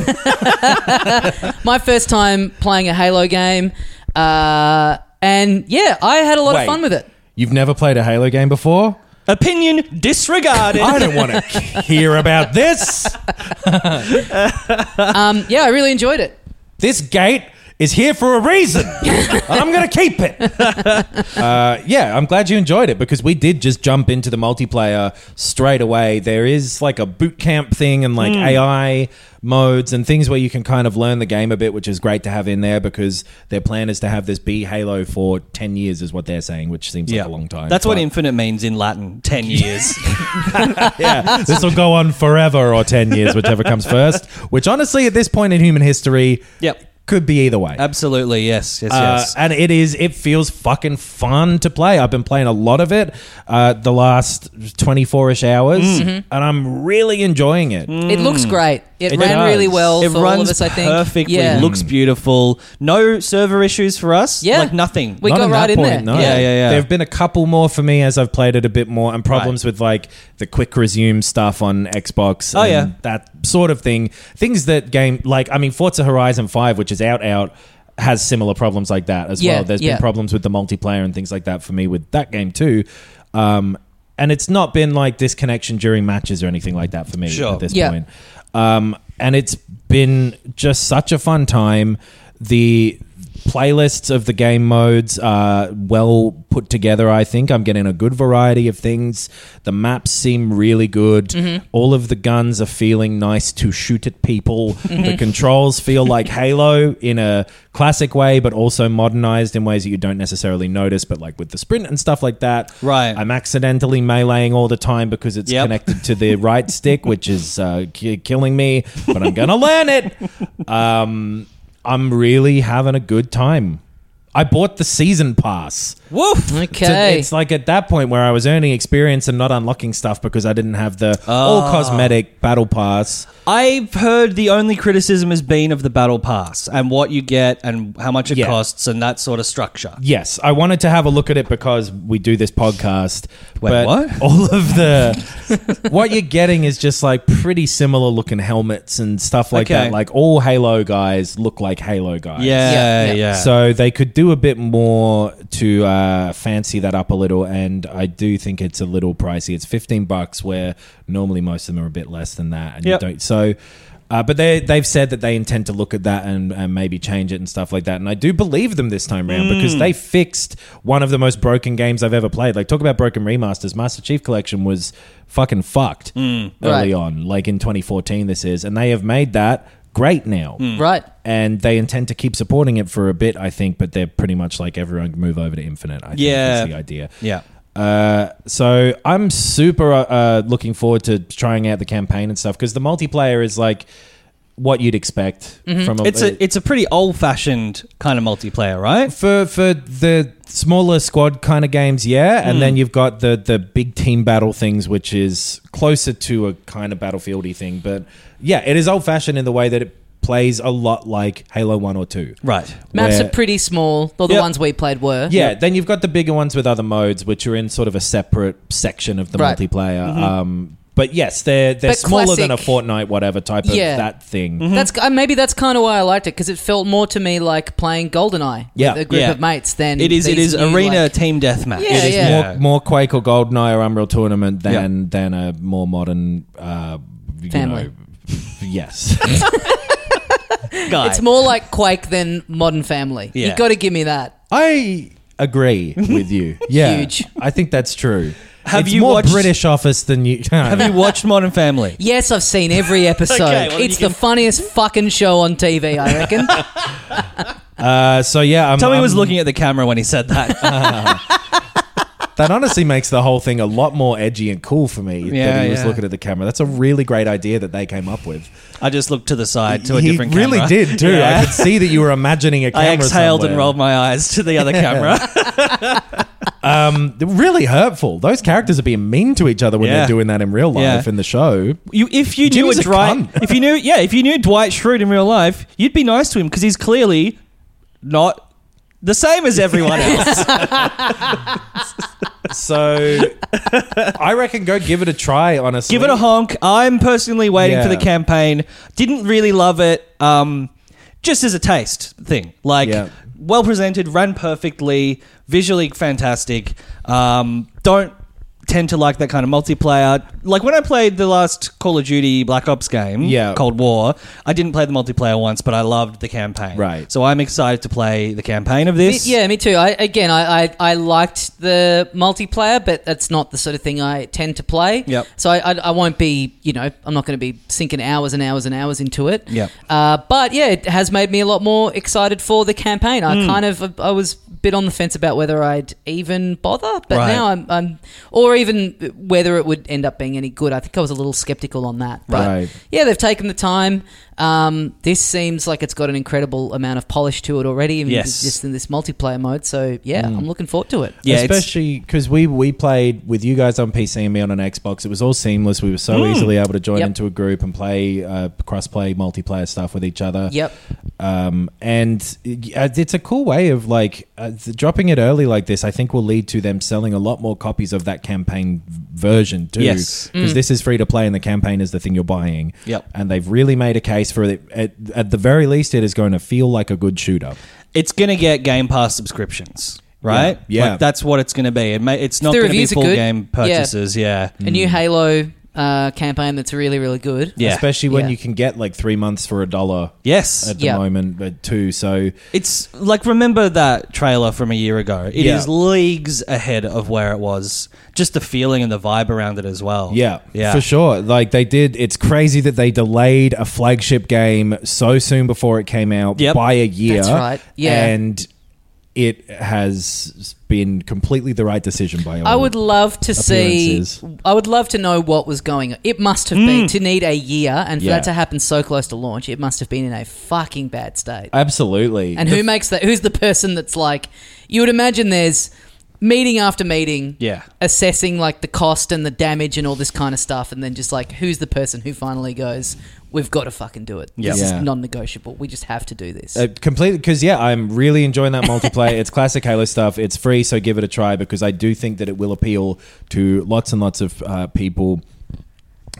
[SPEAKER 3] it. my first time playing a Halo game, uh, and yeah, I had a lot of
[SPEAKER 4] Wait.
[SPEAKER 3] fun with it.
[SPEAKER 5] you've never played a Halo game before.
[SPEAKER 4] Opinion disregarded.
[SPEAKER 5] I don't want to hear about this.
[SPEAKER 3] Um, yeah, I really enjoyed it.
[SPEAKER 5] This gate is here for a reason, and I'm going to keep it. uh, yeah, I'm glad you enjoyed it because we did just jump into the multiplayer straight away. There is like a boot camp thing and like AI modes and things where you can kind of learn the game a bit, which is great to have in there because their plan is to have this be Halo for 10 years, is what they're saying, which seems like a long time.
[SPEAKER 4] That's what
[SPEAKER 5] But-
[SPEAKER 4] infinite means in Latin. Ten years.
[SPEAKER 5] yeah, this will go on forever or 10 years, whichever comes first, which honestly, at this point in human history,
[SPEAKER 4] Yep.
[SPEAKER 5] could be either way.
[SPEAKER 4] Absolutely. Yes. Yes.
[SPEAKER 5] Uh,
[SPEAKER 4] yes.
[SPEAKER 5] and it is it feels fucking fun to play i've been playing a lot of it uh, the last 24ish hours
[SPEAKER 4] Mm-hmm.
[SPEAKER 5] and i'm really enjoying
[SPEAKER 4] Mm.
[SPEAKER 3] It
[SPEAKER 5] it
[SPEAKER 3] looks great. It,
[SPEAKER 5] It
[SPEAKER 3] ran
[SPEAKER 5] does.
[SPEAKER 3] really well
[SPEAKER 4] Hmm. it
[SPEAKER 3] for
[SPEAKER 4] runs
[SPEAKER 3] all of us. I think
[SPEAKER 4] perfectly.
[SPEAKER 3] Yeah.
[SPEAKER 5] Mm.
[SPEAKER 4] Looks beautiful. No server issues for us.
[SPEAKER 3] Yeah.
[SPEAKER 4] Like nothing.
[SPEAKER 3] We
[SPEAKER 5] Not
[SPEAKER 3] got
[SPEAKER 5] at
[SPEAKER 3] right
[SPEAKER 5] that
[SPEAKER 3] in
[SPEAKER 5] point,
[SPEAKER 3] there.
[SPEAKER 5] no.
[SPEAKER 4] Yeah, yeah, yeah.
[SPEAKER 5] There have been a couple more for me as I've played it a bit more, and problems with like the quick resume stuff on Xbox.
[SPEAKER 4] Oh,
[SPEAKER 5] and
[SPEAKER 4] yeah.
[SPEAKER 5] that sort of thing. Things that game like I mean, Forza Horizon Five, which is out out, has similar problems like that as
[SPEAKER 3] Yeah,
[SPEAKER 5] well. There's
[SPEAKER 3] yeah.
[SPEAKER 5] been problems with the multiplayer and things like that for me with that game too. Um, and it's not been like disconnection during matches or anything like that for me
[SPEAKER 4] Sure.
[SPEAKER 5] at this
[SPEAKER 3] Yeah.
[SPEAKER 5] point. Um, and it's been just such a fun time. The playlists of the game modes are well put together, I think. I'm getting a good variety of things. The maps seem really good. All of the guns are feeling nice to shoot at people. The controls feel like Halo in a classic way, but also modernized in ways that you don't necessarily notice, but like with the sprint and stuff like that.
[SPEAKER 4] Right.
[SPEAKER 5] I'm accidentally meleeing all the time because it's
[SPEAKER 4] Yep.
[SPEAKER 5] connected to the right stick, which is uh, ki- killing me, but I'm going to learn it. Um, I'm really having a good time. I bought the season pass.
[SPEAKER 4] Woof.
[SPEAKER 5] So
[SPEAKER 3] Okay.
[SPEAKER 5] it's like at that point where I was earning experience and not unlocking stuff because I didn't have the all cosmetic battle pass.
[SPEAKER 4] I've heard the only criticism has been of the battle pass and what you get and how much it
[SPEAKER 5] Yeah.
[SPEAKER 4] costs and that sort of structure.
[SPEAKER 5] Yes, I wanted to have a look at it because we do this podcast.
[SPEAKER 4] Wait,
[SPEAKER 5] but
[SPEAKER 4] what?
[SPEAKER 5] All of the what you're getting is just like pretty similar looking helmets and stuff like
[SPEAKER 4] Okay.
[SPEAKER 5] that. Like all Halo guys look like Halo guys.
[SPEAKER 4] Yeah,
[SPEAKER 3] Yeah,
[SPEAKER 4] yeah.
[SPEAKER 3] yeah.
[SPEAKER 5] So they could do a bit more to uh, fancy that up a little, and I do think it's a little pricey. It's fifteen bucks, where normally most of them are a bit less than that, and
[SPEAKER 4] Yep.
[SPEAKER 5] you don't. So, uh, but they they've said that they intend to look at that and, and maybe change it and stuff like that. And I do believe them this time around
[SPEAKER 4] Mm.
[SPEAKER 5] because they fixed one of the most broken games I've ever played. Like talk about broken remasters. Master Chief Collection was fucking fucked
[SPEAKER 4] Mm.
[SPEAKER 5] early
[SPEAKER 3] Right.
[SPEAKER 5] on, like in 2014. This is, and they have made that great now
[SPEAKER 4] Mm.
[SPEAKER 3] right.
[SPEAKER 5] and they intend to keep supporting it for a bit, I think. But they're pretty much like everyone move over to Infinite. I think
[SPEAKER 4] Yeah.
[SPEAKER 5] that's the idea.
[SPEAKER 4] Yeah.
[SPEAKER 5] Uh, so I'm super uh, uh, looking forward to trying out the campaign and stuff because the multiplayer is like what you'd expect from a.
[SPEAKER 4] It's a it's a pretty old fashioned kind of multiplayer, right?
[SPEAKER 5] uh, for for the smaller squad kind of games, yeah, and then you've got the the big team battle things, which is closer to a kind of battlefieldy thing. But yeah, it is old fashioned in the way that it plays a lot like Halo One or Two.
[SPEAKER 4] Right.
[SPEAKER 3] Maps
[SPEAKER 5] where-
[SPEAKER 3] are pretty small. Well, the
[SPEAKER 4] Yep.
[SPEAKER 3] ones we played were.
[SPEAKER 5] Yeah, then you've got the bigger ones with other modes, which are in sort of a separate section of the
[SPEAKER 3] Right. Mm-hmm.
[SPEAKER 5] multiplayer. Um, but yes, they're they're
[SPEAKER 3] But
[SPEAKER 5] smaller than a
[SPEAKER 3] classic-
[SPEAKER 5] Fortnite, whatever type of
[SPEAKER 3] Yeah.
[SPEAKER 5] that thing.
[SPEAKER 4] Hmm.
[SPEAKER 3] That's uh, maybe that's kind of why I liked it because it felt more to me like playing GoldenEye
[SPEAKER 5] Yeah.
[SPEAKER 3] with a group
[SPEAKER 4] Yeah.
[SPEAKER 3] of mates than
[SPEAKER 4] It is it
[SPEAKER 3] these
[SPEAKER 4] is
[SPEAKER 3] new,
[SPEAKER 4] arena
[SPEAKER 3] like-
[SPEAKER 4] team deathmatch.
[SPEAKER 3] Yeah, It is yeah.
[SPEAKER 5] More, more Quake or Goldeneye or Unreal Tournament than
[SPEAKER 4] Yeah.
[SPEAKER 5] than a more modern uh, you
[SPEAKER 3] Family.
[SPEAKER 5] know, yes.
[SPEAKER 4] Guy.
[SPEAKER 3] it's more like Quake than Modern Family.
[SPEAKER 4] Yeah.
[SPEAKER 3] You got to give me that.
[SPEAKER 5] I agree with you. Yeah,
[SPEAKER 3] Huge.
[SPEAKER 5] I think that's true.
[SPEAKER 4] Have
[SPEAKER 5] It's
[SPEAKER 4] you
[SPEAKER 5] more
[SPEAKER 4] watched-
[SPEAKER 5] British Office than you?
[SPEAKER 4] Have you watched Modern Family?
[SPEAKER 3] Yes, I've seen every episode.
[SPEAKER 4] Okay, well,
[SPEAKER 3] it's
[SPEAKER 4] you
[SPEAKER 3] the funniest fucking show on TV, I reckon.
[SPEAKER 5] Uh, so yeah, I'm,
[SPEAKER 4] Tommy was
[SPEAKER 3] Um,
[SPEAKER 5] I'm-
[SPEAKER 4] looking at the camera when he said that.
[SPEAKER 3] Uh-huh.
[SPEAKER 5] That honestly makes the whole thing a lot more edgy and cool for me that
[SPEAKER 4] Yeah,
[SPEAKER 5] he was
[SPEAKER 4] yeah.
[SPEAKER 5] looking at the camera. That's a really great idea that they came up with.
[SPEAKER 4] I just looked to the side to a
[SPEAKER 5] he
[SPEAKER 4] different camera.
[SPEAKER 5] really did too.
[SPEAKER 4] Yeah.
[SPEAKER 5] I could see that you were imagining a camera.
[SPEAKER 4] I exhaled
[SPEAKER 5] somewhere.
[SPEAKER 4] and rolled my eyes to the other camera.
[SPEAKER 5] Um, they're really hurtful. Those characters are being mean to each other when
[SPEAKER 4] Yeah.
[SPEAKER 5] they're doing that in real life
[SPEAKER 4] Yeah.
[SPEAKER 5] in the show.
[SPEAKER 4] You, if you
[SPEAKER 5] Jim
[SPEAKER 4] knew a
[SPEAKER 5] is a
[SPEAKER 4] Dwight,
[SPEAKER 5] cunt.
[SPEAKER 4] if you knew, yeah, if you knew Dwight Schrute in real life, you'd be nice to him because he's clearly not the same as everyone else.
[SPEAKER 5] So I reckon go give it a try. Honestly,
[SPEAKER 4] Give it a honk. I'm personally waiting for
[SPEAKER 5] Yeah.
[SPEAKER 4] the campaign. Didn't really love it. Um, just as a taste thing, like
[SPEAKER 5] Yeah.
[SPEAKER 4] well presented, ran perfectly, visually fantastic. Um, don't tend to like that kind of multiplayer. Like when I played the last Call of Duty Black Ops game,
[SPEAKER 5] Yeah.
[SPEAKER 4] Cold War, I didn't play the multiplayer once, but I loved the campaign.
[SPEAKER 5] Right.
[SPEAKER 4] So I'm excited to play the campaign of
[SPEAKER 3] Me-
[SPEAKER 4] this.
[SPEAKER 3] yeah, me too. I, again, I, I, I liked the multiplayer, but that's not the sort of thing I tend to play.
[SPEAKER 4] Yep.
[SPEAKER 3] So I, I, I won't be, you know, I'm not going to be sinking hours and hours and hours into it.
[SPEAKER 4] Yep.
[SPEAKER 3] Uh, but yeah, it has made me a lot more excited for the campaign.
[SPEAKER 4] Hmm.
[SPEAKER 3] I kind of, I was a bit on the fence about whether I'd even bother, but
[SPEAKER 4] Right.
[SPEAKER 3] now I'm, I'm, or even whether it would end up being any good. I think I was a little skeptical on that. But
[SPEAKER 5] Right.
[SPEAKER 3] yeah, they've taken the time. Um, this seems like it's got an incredible amount of polish to it already. even
[SPEAKER 4] Yes.
[SPEAKER 3] just in this multiplayer mode. So yeah, I'm looking forward to it.
[SPEAKER 4] Yeah, it's-
[SPEAKER 5] especially because we we played with you guys on PC and me on an Xbox. It was all seamless. We were so
[SPEAKER 4] Mm.
[SPEAKER 5] easily able to join
[SPEAKER 3] Yep.
[SPEAKER 5] into a group and play uh, cross-play, multiplayer stuff with each other.
[SPEAKER 3] Yep.
[SPEAKER 5] Um, and uh, it's a cool way of like uh, th- dropping it early like this. I think will lead to them selling a lot more copies of that campaign v- version too.
[SPEAKER 4] Yes. Mm.
[SPEAKER 5] because this is free to play and the campaign is the thing you're buying.
[SPEAKER 4] Yep.
[SPEAKER 5] and they've really made a case for it. At, at the very least, it is going to feel like a good shooter.
[SPEAKER 4] it's going to get Game Pass subscriptions, right?
[SPEAKER 5] Yeah, yeah.
[SPEAKER 4] Like, that's what it's going to be. It may, it's not
[SPEAKER 3] the
[SPEAKER 4] going to be
[SPEAKER 3] reviews are
[SPEAKER 4] full
[SPEAKER 3] good,
[SPEAKER 4] game
[SPEAKER 3] yeah.
[SPEAKER 4] purchases. Yeah.
[SPEAKER 3] A new Halo uh, campaign that's really really good.
[SPEAKER 4] Yeah.
[SPEAKER 5] especially when
[SPEAKER 3] Yeah.
[SPEAKER 5] you can get like three months for a dollar.
[SPEAKER 4] Yes.
[SPEAKER 5] at the
[SPEAKER 3] Yeah.
[SPEAKER 5] moment, but two. So
[SPEAKER 4] It's like remember that trailer from a year ago. It is
[SPEAKER 5] Yeah.
[SPEAKER 4] leagues ahead of where it was. Just the feeling and the vibe around it as well.
[SPEAKER 5] yeah,
[SPEAKER 4] yeah,
[SPEAKER 5] for sure. Like they did. It's crazy that they delayed a flagship game so soon before it came out
[SPEAKER 4] Yep.
[SPEAKER 5] by a year.
[SPEAKER 3] That's right, yeah.
[SPEAKER 5] and it has been completely the right decision by all.
[SPEAKER 3] I would love to see.
[SPEAKER 5] Appearances.
[SPEAKER 3] I would love to know what was going. on. It must have been to need a year, and for
[SPEAKER 5] Yeah.
[SPEAKER 3] that to happen so close to launch, it must have been in a fucking bad state.
[SPEAKER 5] absolutely.
[SPEAKER 3] And who makes that? Who's the person that's like? You would imagine there's meeting after meeting,
[SPEAKER 4] Yeah.
[SPEAKER 3] assessing like the cost and the damage and all this kind of stuff, and then just like who's the person who finally goes, "We've got to fucking do it. This
[SPEAKER 5] Yeah.
[SPEAKER 3] is non-negotiable. We just have to do this."
[SPEAKER 5] Uh, completely, because yeah, I'm really enjoying that multiplayer. it's classic Halo stuff. It's free, so give it a try because I do think that it will appeal to lots and lots of uh, people.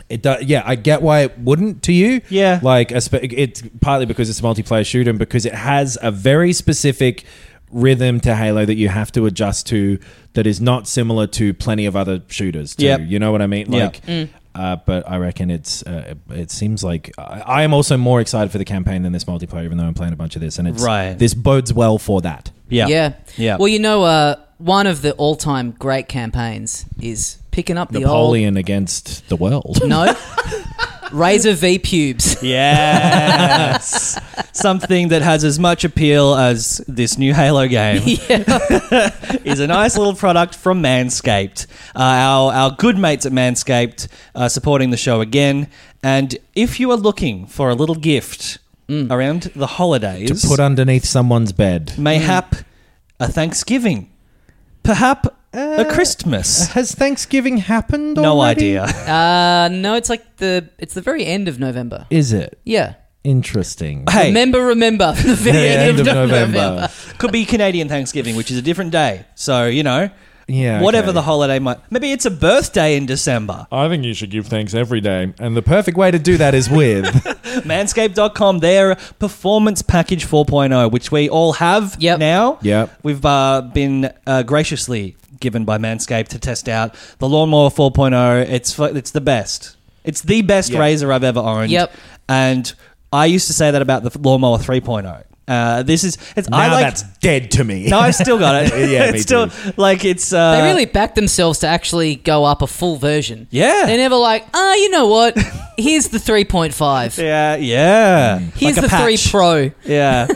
[SPEAKER 5] It do, yeah, I get why it wouldn't to you.
[SPEAKER 4] Yeah.
[SPEAKER 5] like espe- it's partly because it's a multiplayer shooter and because it has a very specific rhythm to Halo that you have to adjust to that is not similar to plenty of other shooters. Too,
[SPEAKER 4] Yep.
[SPEAKER 5] you know what I mean?
[SPEAKER 4] Yeah. Mm.
[SPEAKER 5] Like. Uh, but I reckon it's uh, it seems like I, I am also more excited for the campaign than this multiplayer, even though I'm playing a bunch of this, and it's
[SPEAKER 4] Right.
[SPEAKER 5] This bodes well for that.
[SPEAKER 4] yeah,
[SPEAKER 3] yeah,
[SPEAKER 4] yeah.
[SPEAKER 3] Well, you know, uh, one of the all-time great campaigns is picking up the
[SPEAKER 5] Napoleon against the world.
[SPEAKER 3] old no razor v pubes.
[SPEAKER 4] yes, something that has as much appeal as this new Halo game.
[SPEAKER 3] yeah.
[SPEAKER 4] is a nice little product from Manscaped. Uh, our, our good mates at Manscaped are supporting the show again. And if you are looking for a little gift around the
[SPEAKER 5] to
[SPEAKER 4] holidays,
[SPEAKER 5] put underneath someone's bed.
[SPEAKER 4] mayhap a Thanksgiving, perhaps a Christmas.
[SPEAKER 5] Has Thanksgiving happened?
[SPEAKER 4] No
[SPEAKER 5] already?
[SPEAKER 4] idea.
[SPEAKER 3] Uh, no, it's like the it's the very end of November.
[SPEAKER 5] Is it
[SPEAKER 3] Yeah.
[SPEAKER 5] interesting?
[SPEAKER 4] Hey,
[SPEAKER 3] Remember, remember. The very
[SPEAKER 5] The
[SPEAKER 3] end,
[SPEAKER 5] end
[SPEAKER 3] of
[SPEAKER 5] of
[SPEAKER 3] November.
[SPEAKER 5] November.
[SPEAKER 4] could be Canadian Thanksgiving, which is a different day. So, you know,
[SPEAKER 5] Yeah,
[SPEAKER 4] whatever
[SPEAKER 5] okay.
[SPEAKER 4] the holiday might. Maybe it's a birthday in December.
[SPEAKER 5] I think you should give thanks every day, and the perfect way to do that is with.
[SPEAKER 4] Manscaped.com, their performance package 4.0, which we all have
[SPEAKER 3] Yep.
[SPEAKER 4] now.
[SPEAKER 5] Yep.
[SPEAKER 4] We've uh, been uh, graciously given by Manscaped to test out the Lawnmower 4.0. It's, fu- it's the best. It's the best
[SPEAKER 5] Yep.
[SPEAKER 4] razor I've ever owned.
[SPEAKER 3] Yep.
[SPEAKER 4] And I used to say that about the Lawnmower 3.0. Uh, this is it's
[SPEAKER 5] now
[SPEAKER 4] I like
[SPEAKER 5] that's dead to me.
[SPEAKER 4] no I've still got it
[SPEAKER 5] Yeah,
[SPEAKER 4] it's
[SPEAKER 5] me
[SPEAKER 4] still
[SPEAKER 5] too.
[SPEAKER 4] like it's uh,
[SPEAKER 3] They really backed themselves to actually go up a full version.
[SPEAKER 4] Yeah.
[SPEAKER 3] They're never like, ah, you know what? Here's the 3.5.
[SPEAKER 4] yeah yeah
[SPEAKER 5] Mm.
[SPEAKER 3] Here's
[SPEAKER 4] Like a
[SPEAKER 3] the 3
[SPEAKER 4] patch.
[SPEAKER 3] Pro.
[SPEAKER 4] Yeah.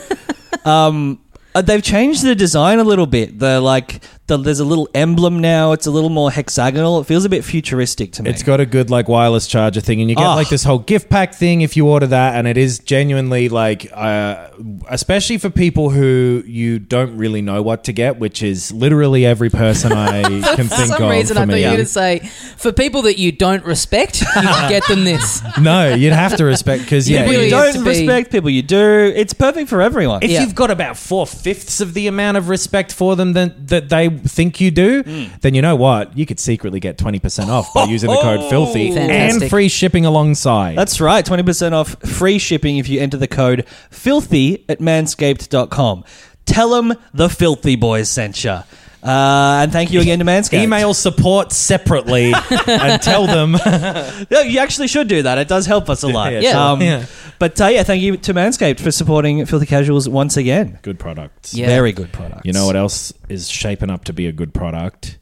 [SPEAKER 4] um, uh, they've changed the design a little bit. The like the, there's a little emblem now. It's a little more hexagonal. It feels a bit futuristic to me.
[SPEAKER 5] It's got a good like wireless charger thing, and you get
[SPEAKER 3] Ah.
[SPEAKER 4] Oh.
[SPEAKER 5] like this whole gift pack thing if you order that, and it is genuinely like, uh, especially for people who you don't really know what to get, which is literally every person I can
[SPEAKER 3] For
[SPEAKER 5] think
[SPEAKER 3] some
[SPEAKER 5] of.
[SPEAKER 3] reason,
[SPEAKER 5] for
[SPEAKER 3] I thought
[SPEAKER 5] me.
[SPEAKER 3] you were going to say, for people that you don't respect, you can get them this.
[SPEAKER 5] no, you'd have to respect because yeah,
[SPEAKER 3] It really
[SPEAKER 4] you
[SPEAKER 5] you-
[SPEAKER 3] is to
[SPEAKER 4] don't
[SPEAKER 3] be-
[SPEAKER 4] respect people. You do. It's perfect for everyone.
[SPEAKER 5] if
[SPEAKER 3] Yeah.
[SPEAKER 5] you've got about four fifths of the amount of respect for them than that they think you do,
[SPEAKER 3] Hmm.
[SPEAKER 5] then you know what you could secretly get twenty percent off by using the code filthy
[SPEAKER 3] Oh, Fantastic.
[SPEAKER 5] and free shipping alongside.
[SPEAKER 4] That's right, 20% off free shipping if you enter the code filthy at manscaped.com. Tell them the filthy boys sent you. Uh, and thank you again to Manscaped.
[SPEAKER 5] Email support separately and tell them.
[SPEAKER 4] No, you actually should do that. It does help us a lot.
[SPEAKER 5] Yeah,
[SPEAKER 3] sure.
[SPEAKER 4] Um,
[SPEAKER 5] Yeah.
[SPEAKER 4] But uh, yeah, thank you to Manscaped for supporting Filthy Casuals once again.
[SPEAKER 5] good products.
[SPEAKER 3] Yeah.
[SPEAKER 4] Very good product.
[SPEAKER 5] You know what else is shaping up to be a good product?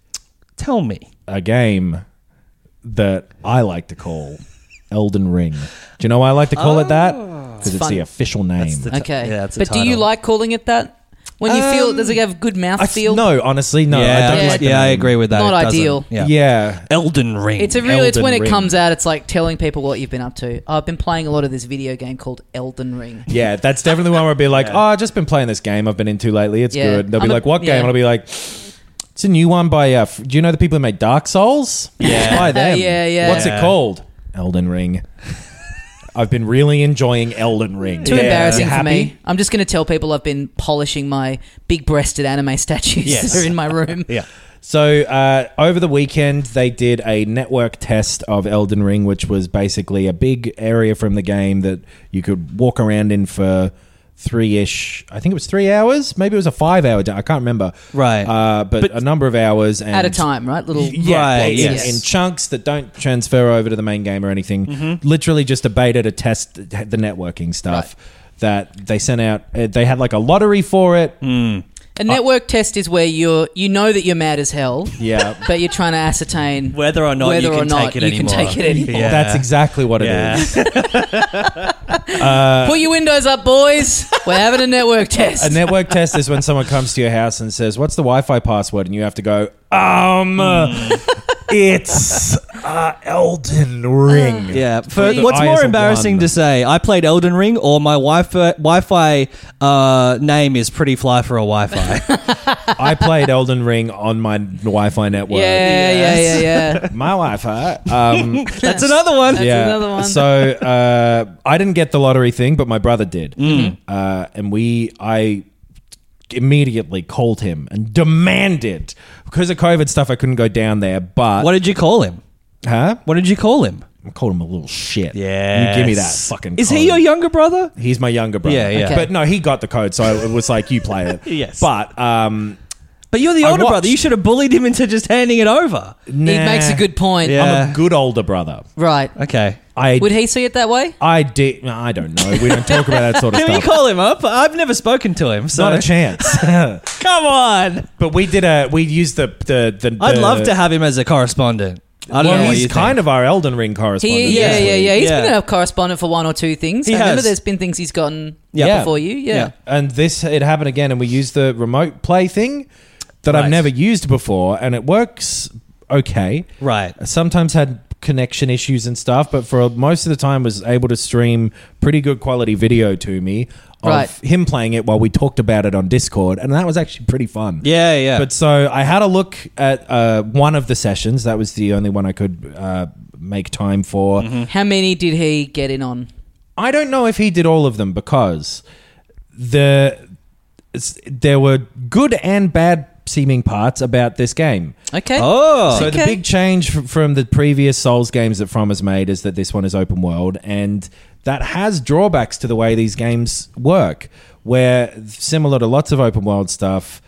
[SPEAKER 4] Tell me.
[SPEAKER 5] A game that I like to call Elden Ring. Do you know why I like to call it that? Because it's,
[SPEAKER 3] fun.
[SPEAKER 5] the official name.
[SPEAKER 4] the t-
[SPEAKER 3] Okay.
[SPEAKER 4] Yeah, that's the
[SPEAKER 3] but do you
[SPEAKER 4] title.
[SPEAKER 3] like calling it that? When you feel does it have good mouth
[SPEAKER 5] I f-
[SPEAKER 3] feel?
[SPEAKER 5] no, honestly, no. Oh, I
[SPEAKER 4] yeah,
[SPEAKER 5] don't
[SPEAKER 4] yeah,
[SPEAKER 5] like the
[SPEAKER 4] I
[SPEAKER 5] name.
[SPEAKER 4] agree with that.
[SPEAKER 3] Not
[SPEAKER 4] It doesn't-
[SPEAKER 3] ideal.
[SPEAKER 4] Yeah.
[SPEAKER 5] Yeah.
[SPEAKER 4] Elden Ring.
[SPEAKER 3] It's a real. it's when
[SPEAKER 5] Elden
[SPEAKER 3] it
[SPEAKER 5] Ring.
[SPEAKER 3] comes out. It's like telling people what you've been up to. I've been playing a lot of this video game called Elden Ring.
[SPEAKER 5] Yeah, that's definitely one where I'd be like, oh, I've just been playing this game I've been into lately. It's
[SPEAKER 3] Yeah.
[SPEAKER 5] good. They'll be
[SPEAKER 3] I'm a-
[SPEAKER 5] like, what
[SPEAKER 3] yeah.
[SPEAKER 5] game? And I'll be like, it's a new one by, uh, f- do you know the people who made Dark Souls? Yeah. By them.
[SPEAKER 3] yeah, yeah.
[SPEAKER 5] What's
[SPEAKER 4] Yeah.
[SPEAKER 5] it called? Elden Ring. I've been really enjoying Elden Ring.
[SPEAKER 3] Too
[SPEAKER 5] Yeah.
[SPEAKER 3] embarrassing
[SPEAKER 5] You
[SPEAKER 3] for
[SPEAKER 5] happy?
[SPEAKER 3] me. I'm just going to tell people I've been polishing my big-breasted anime statues
[SPEAKER 5] Yes.
[SPEAKER 3] that are in my room.
[SPEAKER 5] Yeah. So uh, over the weekend, they did a network test of Elden Ring, which was basically a big area from the game that you could walk around in for three ish. I think it was three hours. Maybe it was a five hour. day. I can't remember.
[SPEAKER 4] Right.
[SPEAKER 5] Uh, but, a number of hours and
[SPEAKER 3] At a time, right? Little
[SPEAKER 5] Yeah,
[SPEAKER 4] Right,
[SPEAKER 5] well, in-
[SPEAKER 4] yes.
[SPEAKER 5] in, chunks that don't transfer over to the main game or anything.
[SPEAKER 4] Mm-hmm.
[SPEAKER 5] Literally just a beta to test th- the networking stuff that they sent out. Uh, They had like a lottery for it.
[SPEAKER 4] Mm.
[SPEAKER 3] A network test is where you're you know that you're mad as hell,
[SPEAKER 5] Yeah.
[SPEAKER 3] but you're trying to ascertain
[SPEAKER 4] Whether or not
[SPEAKER 3] whether
[SPEAKER 4] you
[SPEAKER 3] or
[SPEAKER 4] can
[SPEAKER 3] not
[SPEAKER 4] take it
[SPEAKER 3] you can
[SPEAKER 4] anymore.
[SPEAKER 3] take it anymore.
[SPEAKER 4] Yeah.
[SPEAKER 5] That's exactly what it is.
[SPEAKER 4] Yeah.
[SPEAKER 3] Put your windows up, boys. We're having a network test.
[SPEAKER 5] A network test is when someone comes to your house and says, "What's the Wi-Fi password?" and you have to go, "Um, it's uh, Elden Ring."
[SPEAKER 4] Yeah. For,
[SPEAKER 5] The
[SPEAKER 4] what's
[SPEAKER 5] I
[SPEAKER 4] more
[SPEAKER 5] is a
[SPEAKER 4] embarrassing
[SPEAKER 5] one.
[SPEAKER 4] to say, I played Elden Ring, or my Wi-Fi Wi-Fi uh, name is pretty fly for a Wi-Fi.
[SPEAKER 5] I played Elden Ring on my Wi-Fi network.
[SPEAKER 3] yeah, yeah, yeah, yeah.
[SPEAKER 5] My Wi-Fi. Um,
[SPEAKER 4] That's another one.
[SPEAKER 3] That's another one.
[SPEAKER 5] So uh, I didn't get the lottery thing, but my brother did,
[SPEAKER 4] Mm.
[SPEAKER 5] uh, and we I immediately called him and demanded because of COVID stuff. I couldn't go down there, but
[SPEAKER 4] What did you call him?
[SPEAKER 5] huh?
[SPEAKER 4] What did you call him?
[SPEAKER 5] I called him a little shit.
[SPEAKER 4] Yes.
[SPEAKER 5] you give me that fucking.
[SPEAKER 4] Is he
[SPEAKER 5] code.
[SPEAKER 4] your younger brother?
[SPEAKER 5] He's my younger brother.
[SPEAKER 4] Yeah, yeah. Okay.
[SPEAKER 5] But no, he got the code, so it was like you play it.
[SPEAKER 4] Yes.
[SPEAKER 5] But um,
[SPEAKER 4] But you're the
[SPEAKER 5] I
[SPEAKER 4] older
[SPEAKER 5] watched.
[SPEAKER 4] brother. You should have bullied him into just handing it over.
[SPEAKER 3] He makes a good point.
[SPEAKER 4] Yeah.
[SPEAKER 5] I'm a good older brother.
[SPEAKER 3] Right.
[SPEAKER 4] Okay.
[SPEAKER 5] I
[SPEAKER 3] Would he see it that way?
[SPEAKER 5] I did. no, I don't know. We don't talk about that sort of
[SPEAKER 4] Can we
[SPEAKER 5] stuff.
[SPEAKER 4] call him up? I've never spoken to him, so
[SPEAKER 5] Not a chance.
[SPEAKER 4] come on.
[SPEAKER 5] but we did a. We used the the. the,
[SPEAKER 4] I'd
[SPEAKER 5] the-
[SPEAKER 4] love to have him as a correspondent. I don't
[SPEAKER 5] Uh, Well,
[SPEAKER 4] know what
[SPEAKER 5] he's
[SPEAKER 4] you
[SPEAKER 5] kind of our Elden Ring correspondent.
[SPEAKER 3] He, yeah,
[SPEAKER 5] isn't
[SPEAKER 3] yeah,
[SPEAKER 5] he?
[SPEAKER 3] yeah. He's
[SPEAKER 4] Yeah.
[SPEAKER 3] been a correspondent for one or two things.
[SPEAKER 4] He
[SPEAKER 3] I remember
[SPEAKER 4] has.
[SPEAKER 3] there's been things he's gotten
[SPEAKER 4] Yeah.
[SPEAKER 3] before you. Yeah.
[SPEAKER 4] Yeah.
[SPEAKER 5] And this it happened again, and we used the remote play thing that
[SPEAKER 4] Right.
[SPEAKER 5] I've never used before, and it works okay.
[SPEAKER 4] Right.
[SPEAKER 5] sometimes had connection issues and stuff, but for most of the time was able to stream pretty good quality video to me of
[SPEAKER 3] Right.
[SPEAKER 5] him playing it while we talked about it on Discord, and that was actually pretty fun.
[SPEAKER 4] Yeah, yeah.
[SPEAKER 5] But so I had a look at uh, one of the sessions. That was the only one I could uh, make time for.
[SPEAKER 3] How many did he get in on?
[SPEAKER 5] I don't know if he did all of them because the s- there were good and bad seeming parts about this game.
[SPEAKER 3] Okay.
[SPEAKER 4] oh,
[SPEAKER 5] So
[SPEAKER 3] Okay.
[SPEAKER 5] the big change fr- from the previous Souls games that From has made is that this one is open world, and that has drawbacks to the way these games work. Where similar to lots of open world stuff,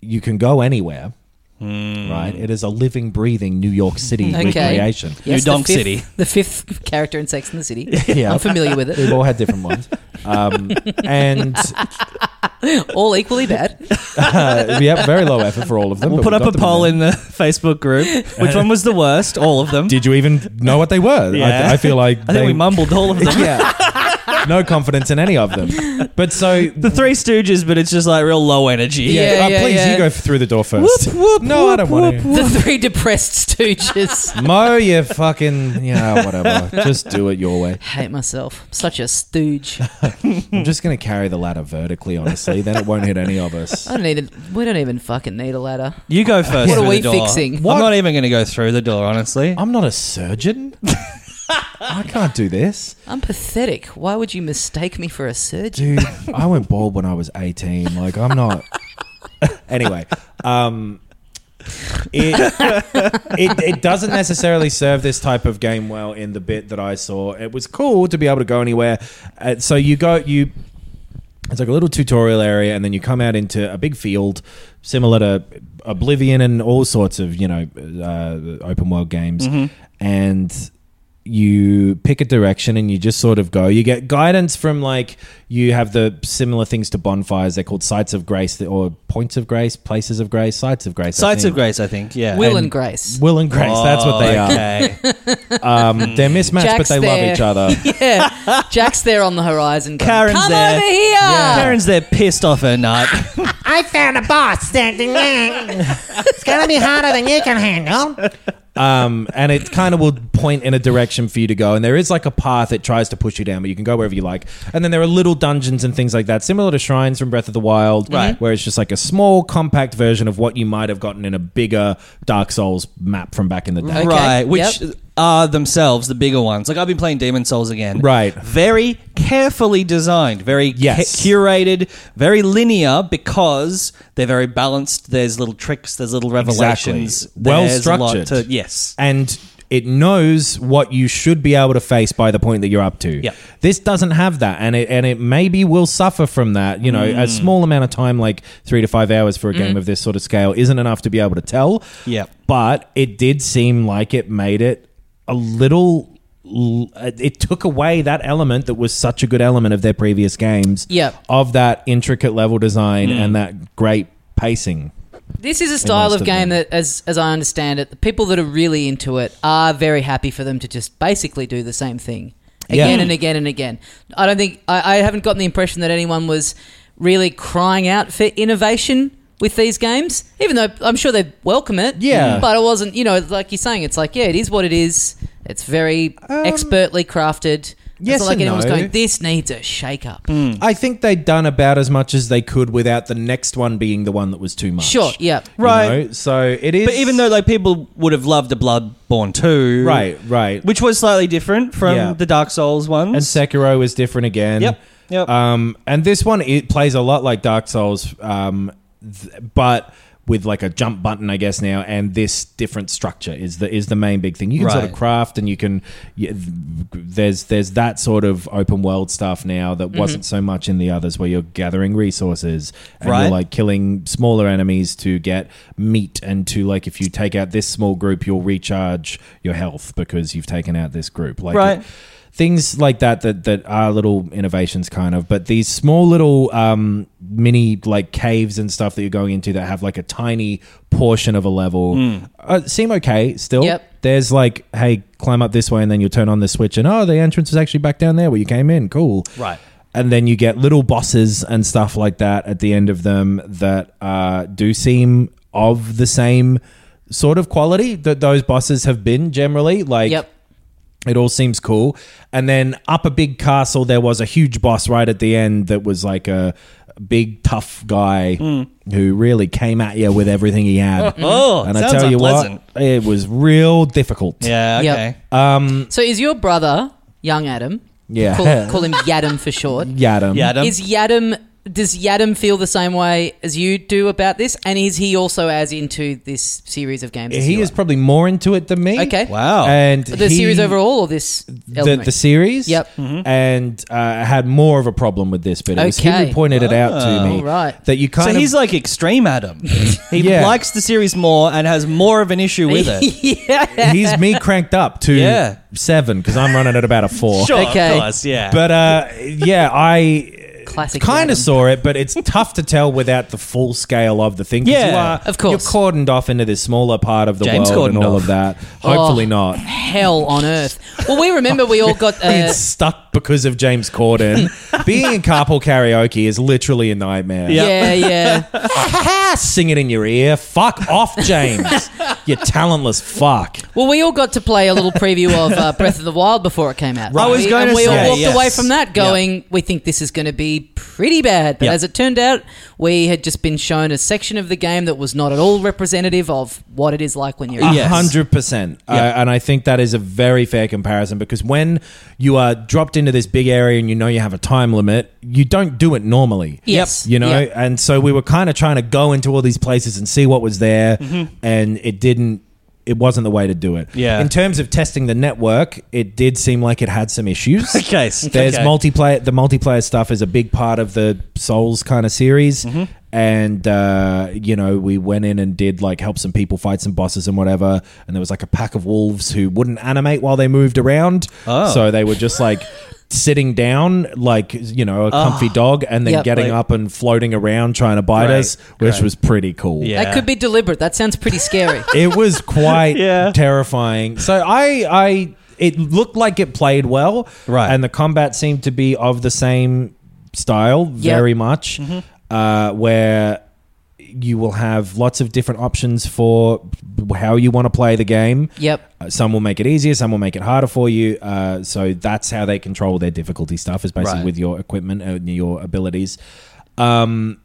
[SPEAKER 5] you can go anywhere.
[SPEAKER 4] Hmm.
[SPEAKER 5] Right, it is a living, breathing New York City
[SPEAKER 3] Okay.
[SPEAKER 5] recreation.
[SPEAKER 4] New Donk
[SPEAKER 3] the fifth,
[SPEAKER 4] City.
[SPEAKER 3] The fifth character in Sex and the City.
[SPEAKER 5] Yeah.
[SPEAKER 3] I'm familiar with it.
[SPEAKER 5] We've all had different ones, um, and
[SPEAKER 3] All equally bad.
[SPEAKER 5] uh, yep, very low effort for all of them.
[SPEAKER 4] we'll
[SPEAKER 5] but
[SPEAKER 4] put
[SPEAKER 5] we
[SPEAKER 4] up
[SPEAKER 5] got
[SPEAKER 4] a
[SPEAKER 5] them
[SPEAKER 4] poll
[SPEAKER 5] there.
[SPEAKER 4] in the Facebook group. Which one was the worst? All of them.
[SPEAKER 5] Did you even know what they were?
[SPEAKER 4] Yeah.
[SPEAKER 5] I, I feel like
[SPEAKER 4] I think
[SPEAKER 5] they-
[SPEAKER 4] we mumbled all of them.
[SPEAKER 5] Yeah, no confidence in any of them. But so
[SPEAKER 4] The Three Stooges, but it's just like real low energy.
[SPEAKER 3] Yeah.
[SPEAKER 5] Uh, please,
[SPEAKER 3] yeah.
[SPEAKER 5] you go through the door first. no, I don't want to.
[SPEAKER 3] the three depressed stooges.
[SPEAKER 5] Mo, you fucking yeah, whatever. Just do it your way.
[SPEAKER 3] hate myself. Such a stooge.
[SPEAKER 5] I'm just gonna carry the ladder vertically, honestly. Then it won't hit any of us.
[SPEAKER 3] I don't need a, we don't even fucking need a ladder.
[SPEAKER 4] You go first.
[SPEAKER 3] What are
[SPEAKER 4] through
[SPEAKER 3] we
[SPEAKER 4] the door.
[SPEAKER 3] fixing?
[SPEAKER 5] What?
[SPEAKER 4] I'm not even going to go through the door, honestly.
[SPEAKER 5] I'm not a surgeon. I can't do this,
[SPEAKER 3] I'm pathetic. Why would you mistake me for a surgeon?
[SPEAKER 5] dude. I went bald when I was 18. Like I'm not. anyway, um, it, it it doesn't necessarily serve this type of game well. In the bit that I saw, it was cool to be able to go anywhere. Uh, so you go you It's like a little tutorial area, and then you come out into a big field, similar to Oblivion and all sorts of you know uh, open world games, and you pick a direction and you just sort of go. You get guidance from like you have the similar things to bonfires. They're called sites of grace or points of grace, places of grace, sites of grace, I
[SPEAKER 4] Sights of
[SPEAKER 5] think.
[SPEAKER 4] Grace, I think. Yeah. Oh,
[SPEAKER 3] Will and Grace.
[SPEAKER 5] Will and grace. that's what they
[SPEAKER 4] are.
[SPEAKER 5] are. Um, they're mismatched,
[SPEAKER 3] Jack's
[SPEAKER 5] but they
[SPEAKER 3] there.
[SPEAKER 5] love each other.
[SPEAKER 3] yeah, Jack's there on the horizon. Going,
[SPEAKER 4] Karen's
[SPEAKER 3] Come
[SPEAKER 4] there.
[SPEAKER 3] over here.
[SPEAKER 4] Karen's there pissed off her nut.
[SPEAKER 6] I found a boss standing there. It's gonna be harder than you can handle.
[SPEAKER 5] um, and it kind of will point in a direction for you to go. And there is like a path that tries to push you down, but you can go wherever you like. And then there are little dungeons and things like that, similar to shrines from Breath of the Wild,
[SPEAKER 3] Mm-hmm.
[SPEAKER 4] Right.
[SPEAKER 5] Where it's just like a small, compact version of what you might have gotten in a bigger Dark Souls map from back in the day.
[SPEAKER 3] Okay,
[SPEAKER 4] Right, which
[SPEAKER 3] yep.
[SPEAKER 4] are themselves the bigger ones. Like I've been playing Demon Souls again.
[SPEAKER 5] Right.
[SPEAKER 4] Very carefully designed, very
[SPEAKER 5] Yes.
[SPEAKER 4] cu- curated, very linear because they're very balanced. There's little tricks, there's little revelations.
[SPEAKER 5] Exactly. Well
[SPEAKER 4] There's a lot
[SPEAKER 5] structured.
[SPEAKER 4] to- yes.
[SPEAKER 5] And it knows what you should be able to face by the point that you're up to.
[SPEAKER 4] Yeah.
[SPEAKER 5] This doesn't have that and it and it maybe will suffer from that. You know,
[SPEAKER 4] Mm.
[SPEAKER 5] a small amount of time like 3 to 5 hours for a game of this sort of scale isn't enough to be able to tell.
[SPEAKER 4] Yeah.
[SPEAKER 5] But it did seem like it made it a little l- it took away that element that was such a good element of their previous games.
[SPEAKER 3] Yeah.
[SPEAKER 5] Of that intricate level design
[SPEAKER 4] Mm.
[SPEAKER 5] and that great pacing.
[SPEAKER 3] This is a style
[SPEAKER 5] must
[SPEAKER 3] of
[SPEAKER 5] have
[SPEAKER 3] game
[SPEAKER 5] been.
[SPEAKER 3] that, as as I understand it, the people that are really into it are very happy for them to just basically do the same thing again
[SPEAKER 5] Yeah.
[SPEAKER 3] and again and again. I don't think I, I haven't gotten the impression that anyone was really crying out for innovation with these games, even though I'm sure they welcome it. Mm.
[SPEAKER 5] Yeah.
[SPEAKER 3] but it wasn't. You know, like you're saying, it's like yeah, it is what it is. It's very expertly crafted.
[SPEAKER 5] Um, yes
[SPEAKER 3] it's not like
[SPEAKER 5] and
[SPEAKER 3] anyone was
[SPEAKER 5] no. Mm.
[SPEAKER 3] going. This needs a shake up.
[SPEAKER 5] I think they'd done about as much as they could without the next one being the one that was too much.
[SPEAKER 3] Sure, yeah.
[SPEAKER 5] You
[SPEAKER 4] Right.
[SPEAKER 5] know, So it is.
[SPEAKER 4] But even though like people would have loved a Bloodborne 2.
[SPEAKER 5] Right, right.
[SPEAKER 4] Which was slightly different from
[SPEAKER 5] Yeah.
[SPEAKER 4] the Dark Souls ones.
[SPEAKER 5] and Sekiro is different again.
[SPEAKER 4] Yep, yep.
[SPEAKER 5] Um, and this one it plays a lot like Dark Souls, um, th- but with like a jump button, I guess now, and this different structure is the is the main big thing. You can sort of
[SPEAKER 4] Right.
[SPEAKER 5] craft, and you can y- th- there's there's that sort of open world stuff now
[SPEAKER 4] Mm-hmm.
[SPEAKER 5] that wasn't so much in the others, where you're gathering resources and
[SPEAKER 4] Right.
[SPEAKER 5] you're like killing smaller enemies to get meat and to like if you take out this small group, you'll recharge your health because you've taken out this group. Like
[SPEAKER 4] Right.
[SPEAKER 5] it- things like that that that are little innovations kind of but these small little um mini like caves and stuff that you're going into that have like a tiny portion of a level uh, seem okay still
[SPEAKER 3] Yep.
[SPEAKER 5] there's like hey climb up this way and then you'll turn on the switch and oh the entrance is actually back down there where you came in cool
[SPEAKER 4] Right.
[SPEAKER 5] and then you get little bosses and stuff like that at the end of them that uh, do seem of the same sort of quality that those bosses have been generally like
[SPEAKER 3] Yep.
[SPEAKER 5] it all seems cool. And then up a big castle, there was a huge boss right at the end that was like a big tough guy who really came at you with everything he
[SPEAKER 4] Mm.
[SPEAKER 5] had.
[SPEAKER 4] Oh,
[SPEAKER 5] and I
[SPEAKER 4] sounds
[SPEAKER 5] tell you
[SPEAKER 4] unpleasant.
[SPEAKER 5] what, it was real difficult.
[SPEAKER 4] Yeah, okay.
[SPEAKER 3] Yep.
[SPEAKER 5] Um.
[SPEAKER 3] So is your brother, young Adam?
[SPEAKER 5] Yeah.
[SPEAKER 3] Call, call him Yadam for short.
[SPEAKER 5] Yadam.
[SPEAKER 4] Yeah, Adam.
[SPEAKER 3] Is Yadam does Yadam feel the same way as you do about this? And is he also as into this series of games? as
[SPEAKER 5] He
[SPEAKER 3] you
[SPEAKER 5] is
[SPEAKER 3] are?
[SPEAKER 5] probably more into it than me.
[SPEAKER 3] okay.
[SPEAKER 4] Wow.
[SPEAKER 5] And
[SPEAKER 3] The
[SPEAKER 5] he-
[SPEAKER 3] series overall, or this?
[SPEAKER 5] the, the series.
[SPEAKER 3] Yep.
[SPEAKER 4] Mm-hmm.
[SPEAKER 5] And uh, had more of a problem with this, but it was him
[SPEAKER 3] Okay.
[SPEAKER 5] who pointed it out to me.
[SPEAKER 3] All right.
[SPEAKER 5] That you kind
[SPEAKER 4] Oh. so
[SPEAKER 5] of
[SPEAKER 4] he's like extreme Adam. He
[SPEAKER 5] Yeah.
[SPEAKER 4] likes the series more and has more of an issue with it.
[SPEAKER 3] yeah.
[SPEAKER 5] he's me cranked up to
[SPEAKER 4] Yeah.
[SPEAKER 5] seven because I'm running at about a four.
[SPEAKER 4] Sure,
[SPEAKER 3] Okay.
[SPEAKER 4] of course, yeah.
[SPEAKER 5] But uh, yeah, I
[SPEAKER 3] Classic.
[SPEAKER 5] kind
[SPEAKER 3] Yadam.
[SPEAKER 5] of saw it, but it's tough to tell without the full scale of the thing. 'cause
[SPEAKER 4] Yeah,
[SPEAKER 5] you are,
[SPEAKER 3] of course.
[SPEAKER 5] You're cordoned off into this smaller part of the
[SPEAKER 4] James
[SPEAKER 5] world and
[SPEAKER 4] cordoned
[SPEAKER 5] all
[SPEAKER 4] off.
[SPEAKER 5] of that. Hopefully
[SPEAKER 3] Oh.
[SPEAKER 5] not.
[SPEAKER 3] Hell on earth. Well, we remember we all got. Uh,
[SPEAKER 5] Being stuck because of James Corden. Being in carpool karaoke is literally a nightmare.
[SPEAKER 3] yeah, yeah.
[SPEAKER 5] Sing it in your ear. Fuck off, James. you talentless fuck.
[SPEAKER 3] Well, we all got to play a little preview of uh, Breath of the Wild before it came out.
[SPEAKER 4] Right. I was
[SPEAKER 3] We-
[SPEAKER 4] going
[SPEAKER 3] and
[SPEAKER 4] to
[SPEAKER 3] we all
[SPEAKER 4] say,
[SPEAKER 3] walked
[SPEAKER 4] yes.
[SPEAKER 3] away from that going, we think this is going to be pretty bad. But
[SPEAKER 4] Yeah.
[SPEAKER 3] as it turned out, we had just been shown a section of the game that was not at all representative of what it is like when you're.
[SPEAKER 5] A
[SPEAKER 3] in it.
[SPEAKER 4] Yes.
[SPEAKER 5] hundred percent, Uh,
[SPEAKER 4] Yeah.
[SPEAKER 5] and I think that is a very fair comparison because when you are dropped into this big area and you know you have a time limit, you don't do it normally.
[SPEAKER 3] Yes.
[SPEAKER 5] you know,
[SPEAKER 3] Yeah.
[SPEAKER 5] and so we were kind of trying to go into all these places and see what was there, and it didn't it wasn't the way to do it.
[SPEAKER 4] Mm-hmm. Yeah.
[SPEAKER 5] In terms of testing the network, it did seem like it had some issues.
[SPEAKER 4] Okay, s-
[SPEAKER 5] There's
[SPEAKER 4] okay.
[SPEAKER 5] multiplayer. The multiplayer stuff is a big part of the Souls kind of series.
[SPEAKER 4] Mm-hmm.
[SPEAKER 5] And uh, you know, we went in and did like help some people fight some bosses and whatever. And there was like a pack of wolves who wouldn't animate while they moved around.
[SPEAKER 4] Oh.
[SPEAKER 5] So they were just like. Sitting down like you know a comfy dog, and then
[SPEAKER 3] Yep.
[SPEAKER 5] getting
[SPEAKER 4] Ah. Like-
[SPEAKER 5] up and floating around trying to bite
[SPEAKER 4] Great,
[SPEAKER 5] us, which
[SPEAKER 4] great.
[SPEAKER 5] was pretty cool.
[SPEAKER 4] Yeah.
[SPEAKER 3] That could be deliberate. That sounds pretty scary.
[SPEAKER 5] It was quite
[SPEAKER 4] Yeah.
[SPEAKER 5] terrifying. So I I it looked like it played well.
[SPEAKER 4] Right.
[SPEAKER 5] And the combat seemed to be of the same style
[SPEAKER 3] Yeah.
[SPEAKER 5] very much.
[SPEAKER 4] Mm-hmm.
[SPEAKER 5] Uh, where you will have lots of different options for how you want to play the game.
[SPEAKER 3] Yep.
[SPEAKER 5] Uh, some will make it easier, some will make it harder for you. Uh, so that's how they control their difficulty stuff is basically
[SPEAKER 4] Right.
[SPEAKER 5] with your equipment and your abilities. Um,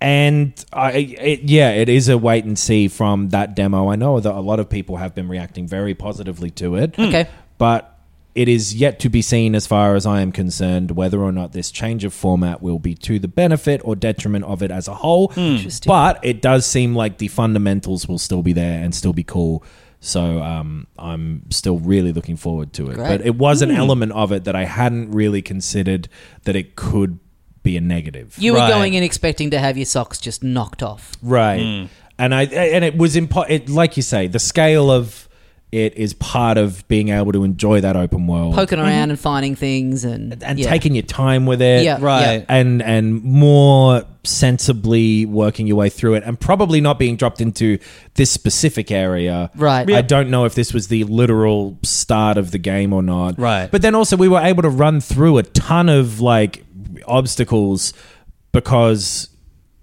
[SPEAKER 5] and I, it, yeah, it is a wait and see from that demo. I know that a lot of people have been reacting very positively to it.
[SPEAKER 3] Okay.
[SPEAKER 5] But it is yet to be seen, as far as I am concerned, whether or not this change of format will be to the benefit or detriment of it as a whole.
[SPEAKER 3] Interesting.
[SPEAKER 5] But it does seem like the fundamentals will still be there and still be cool. So um, I'm still really looking forward to it.
[SPEAKER 3] Great. Hmm.
[SPEAKER 5] But it was an element of it that I hadn't really considered that it could be a negative.
[SPEAKER 3] You were
[SPEAKER 4] Right.
[SPEAKER 3] going in expecting to have your socks just knocked off.
[SPEAKER 5] Right. And I and it was impo- it, like you say, the scale of it is part of being able to enjoy that open world
[SPEAKER 3] Poking
[SPEAKER 4] Mm-hmm.
[SPEAKER 3] around and finding things and
[SPEAKER 5] and
[SPEAKER 3] yeah.
[SPEAKER 5] taking your time with it.
[SPEAKER 3] Yeah,
[SPEAKER 4] Right.
[SPEAKER 5] And and more sensibly working your way through it and probably not being dropped into this specific area.
[SPEAKER 3] Right.
[SPEAKER 5] I don't know if this was the literal start of the game or not.
[SPEAKER 4] Right.
[SPEAKER 5] But then also we were able to run through a ton of like obstacles because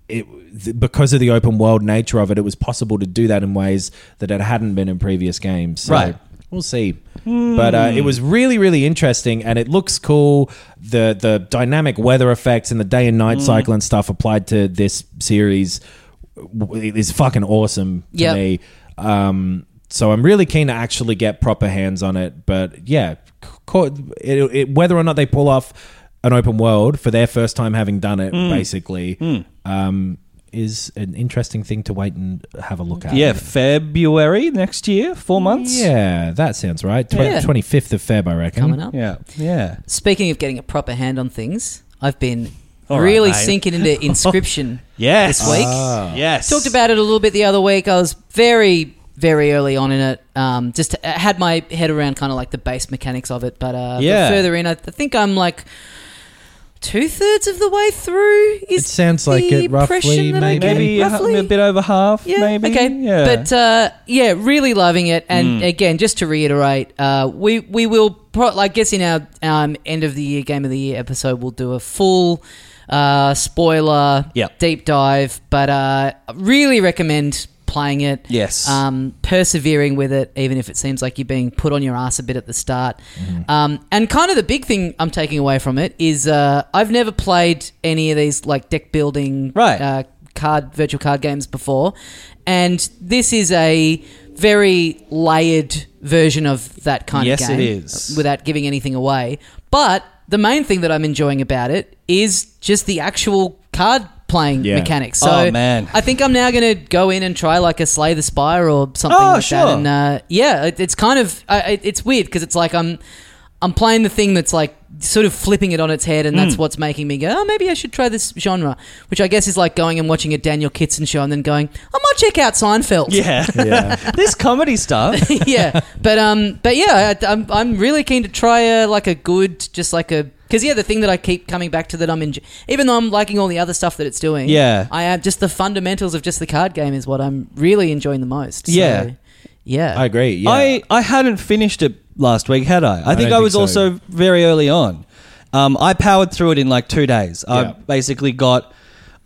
[SPEAKER 5] it th- because of the open world nature of it, it was possible to do that in ways that it hadn't been in previous games. So
[SPEAKER 4] Right.
[SPEAKER 5] We'll see, but uh, it was really, really interesting, and it looks cool. the The dynamic weather effects and the day and night cycle and stuff applied to this series w- is fucking awesome to
[SPEAKER 3] Yep.
[SPEAKER 5] me. Um, so I'm really keen to actually get proper hands on it. But yeah, c- co- it, it, whether or not they pull off an open world for their first time having done it,
[SPEAKER 4] Hmm.
[SPEAKER 5] basically, um, is an interesting thing to wait and have a look at.
[SPEAKER 4] Yeah, February next year, four months.
[SPEAKER 5] Yeah, that sounds right. Tw-
[SPEAKER 3] Yeah.
[SPEAKER 5] 25th of Feb, I reckon.
[SPEAKER 3] coming up.
[SPEAKER 4] yeah, yeah.
[SPEAKER 3] Speaking of getting a proper hand on things, I've been
[SPEAKER 4] All right,
[SPEAKER 3] really
[SPEAKER 4] mate.
[SPEAKER 3] sinking into Inscription.
[SPEAKER 4] Yes,
[SPEAKER 3] This week.
[SPEAKER 5] Uh,
[SPEAKER 4] Yes,
[SPEAKER 3] Talked about it a little bit the other week. I was very, very early on in it. Um, just uh, had my head around kind of like the base mechanics of it. But uh,
[SPEAKER 4] Yeah.
[SPEAKER 3] the further in, I th- think I'm like two thirds of the way through. Is
[SPEAKER 5] It sounds like
[SPEAKER 3] the
[SPEAKER 5] it roughly, uh,
[SPEAKER 3] impression that I
[SPEAKER 5] maybe.
[SPEAKER 3] get,
[SPEAKER 4] maybe a,
[SPEAKER 3] roughly?
[SPEAKER 4] a bit over half.
[SPEAKER 3] Yeah.
[SPEAKER 4] maybe.
[SPEAKER 3] Okay.
[SPEAKER 4] Yeah.
[SPEAKER 3] But uh, yeah, really loving it. And again, just to reiterate, uh, we we will pro- I guess in our um, end of the year game of the year episode, we'll do a full uh, spoiler
[SPEAKER 4] Yep.
[SPEAKER 3] deep dive. But uh, really recommend playing it.
[SPEAKER 4] Yes.
[SPEAKER 3] Um, persevering with it, even if it seems like you're being put on your ass a bit at the start.
[SPEAKER 4] Mm-hmm.
[SPEAKER 3] Um, and kind of the big thing I'm taking away from it is uh, I've never played any of these like deck building
[SPEAKER 4] Right.
[SPEAKER 3] uh, card virtual card games before, and this is a very layered version of that kind
[SPEAKER 4] Yes,
[SPEAKER 3] of
[SPEAKER 4] it
[SPEAKER 3] game. uh,
[SPEAKER 4] is.
[SPEAKER 3] Without giving anything away, but the main thing that I'm enjoying about it is just the actual card playing
[SPEAKER 5] Yeah.
[SPEAKER 3] mechanics. So
[SPEAKER 4] Oh, man.
[SPEAKER 3] I think I'm now going to go in and try like a Slay the Spire or something
[SPEAKER 4] Oh,
[SPEAKER 3] like
[SPEAKER 4] sure.
[SPEAKER 3] that. And uh, yeah, it, it's kind of I it, it's weird because it's like I'm I'm playing the thing that's like sort of flipping it on its head, and that's
[SPEAKER 4] Mm.
[SPEAKER 3] what's making me go, oh, maybe I should try this genre, which I guess is like going and watching a Daniel Kitson show and then going, I might check out Seinfeld.
[SPEAKER 4] yeah, this comedy stuff.
[SPEAKER 3] yeah, but um, but yeah, I, I'm I'm really keen to try a like a good, just like a because yeah, the thing that I keep coming back to that I'm in, even though I'm liking all the other stuff that it's doing,
[SPEAKER 4] Yeah.
[SPEAKER 3] I am just the fundamentals of just the card game is what I'm really enjoying the most. So,
[SPEAKER 4] Yeah.
[SPEAKER 3] yeah,
[SPEAKER 5] I agree. Yeah.
[SPEAKER 4] I, I hadn't finished it last week, had I? I think
[SPEAKER 5] don't
[SPEAKER 4] I
[SPEAKER 5] think
[SPEAKER 4] was
[SPEAKER 5] so.
[SPEAKER 4] also very early on. Um, I powered through it in like two days. I
[SPEAKER 5] Yeah.
[SPEAKER 4] basically got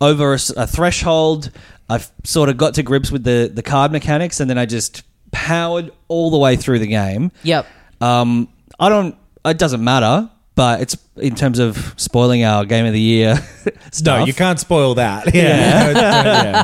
[SPEAKER 4] over a, s- a threshold. I have sort of got to grips with the, the card mechanics, and then I just powered all the way through the game.
[SPEAKER 3] Yep.
[SPEAKER 4] Um, I don't. It doesn't matter, but it's in terms of spoiling our game of the year stuff.
[SPEAKER 5] No, you can't spoil that. Yeah.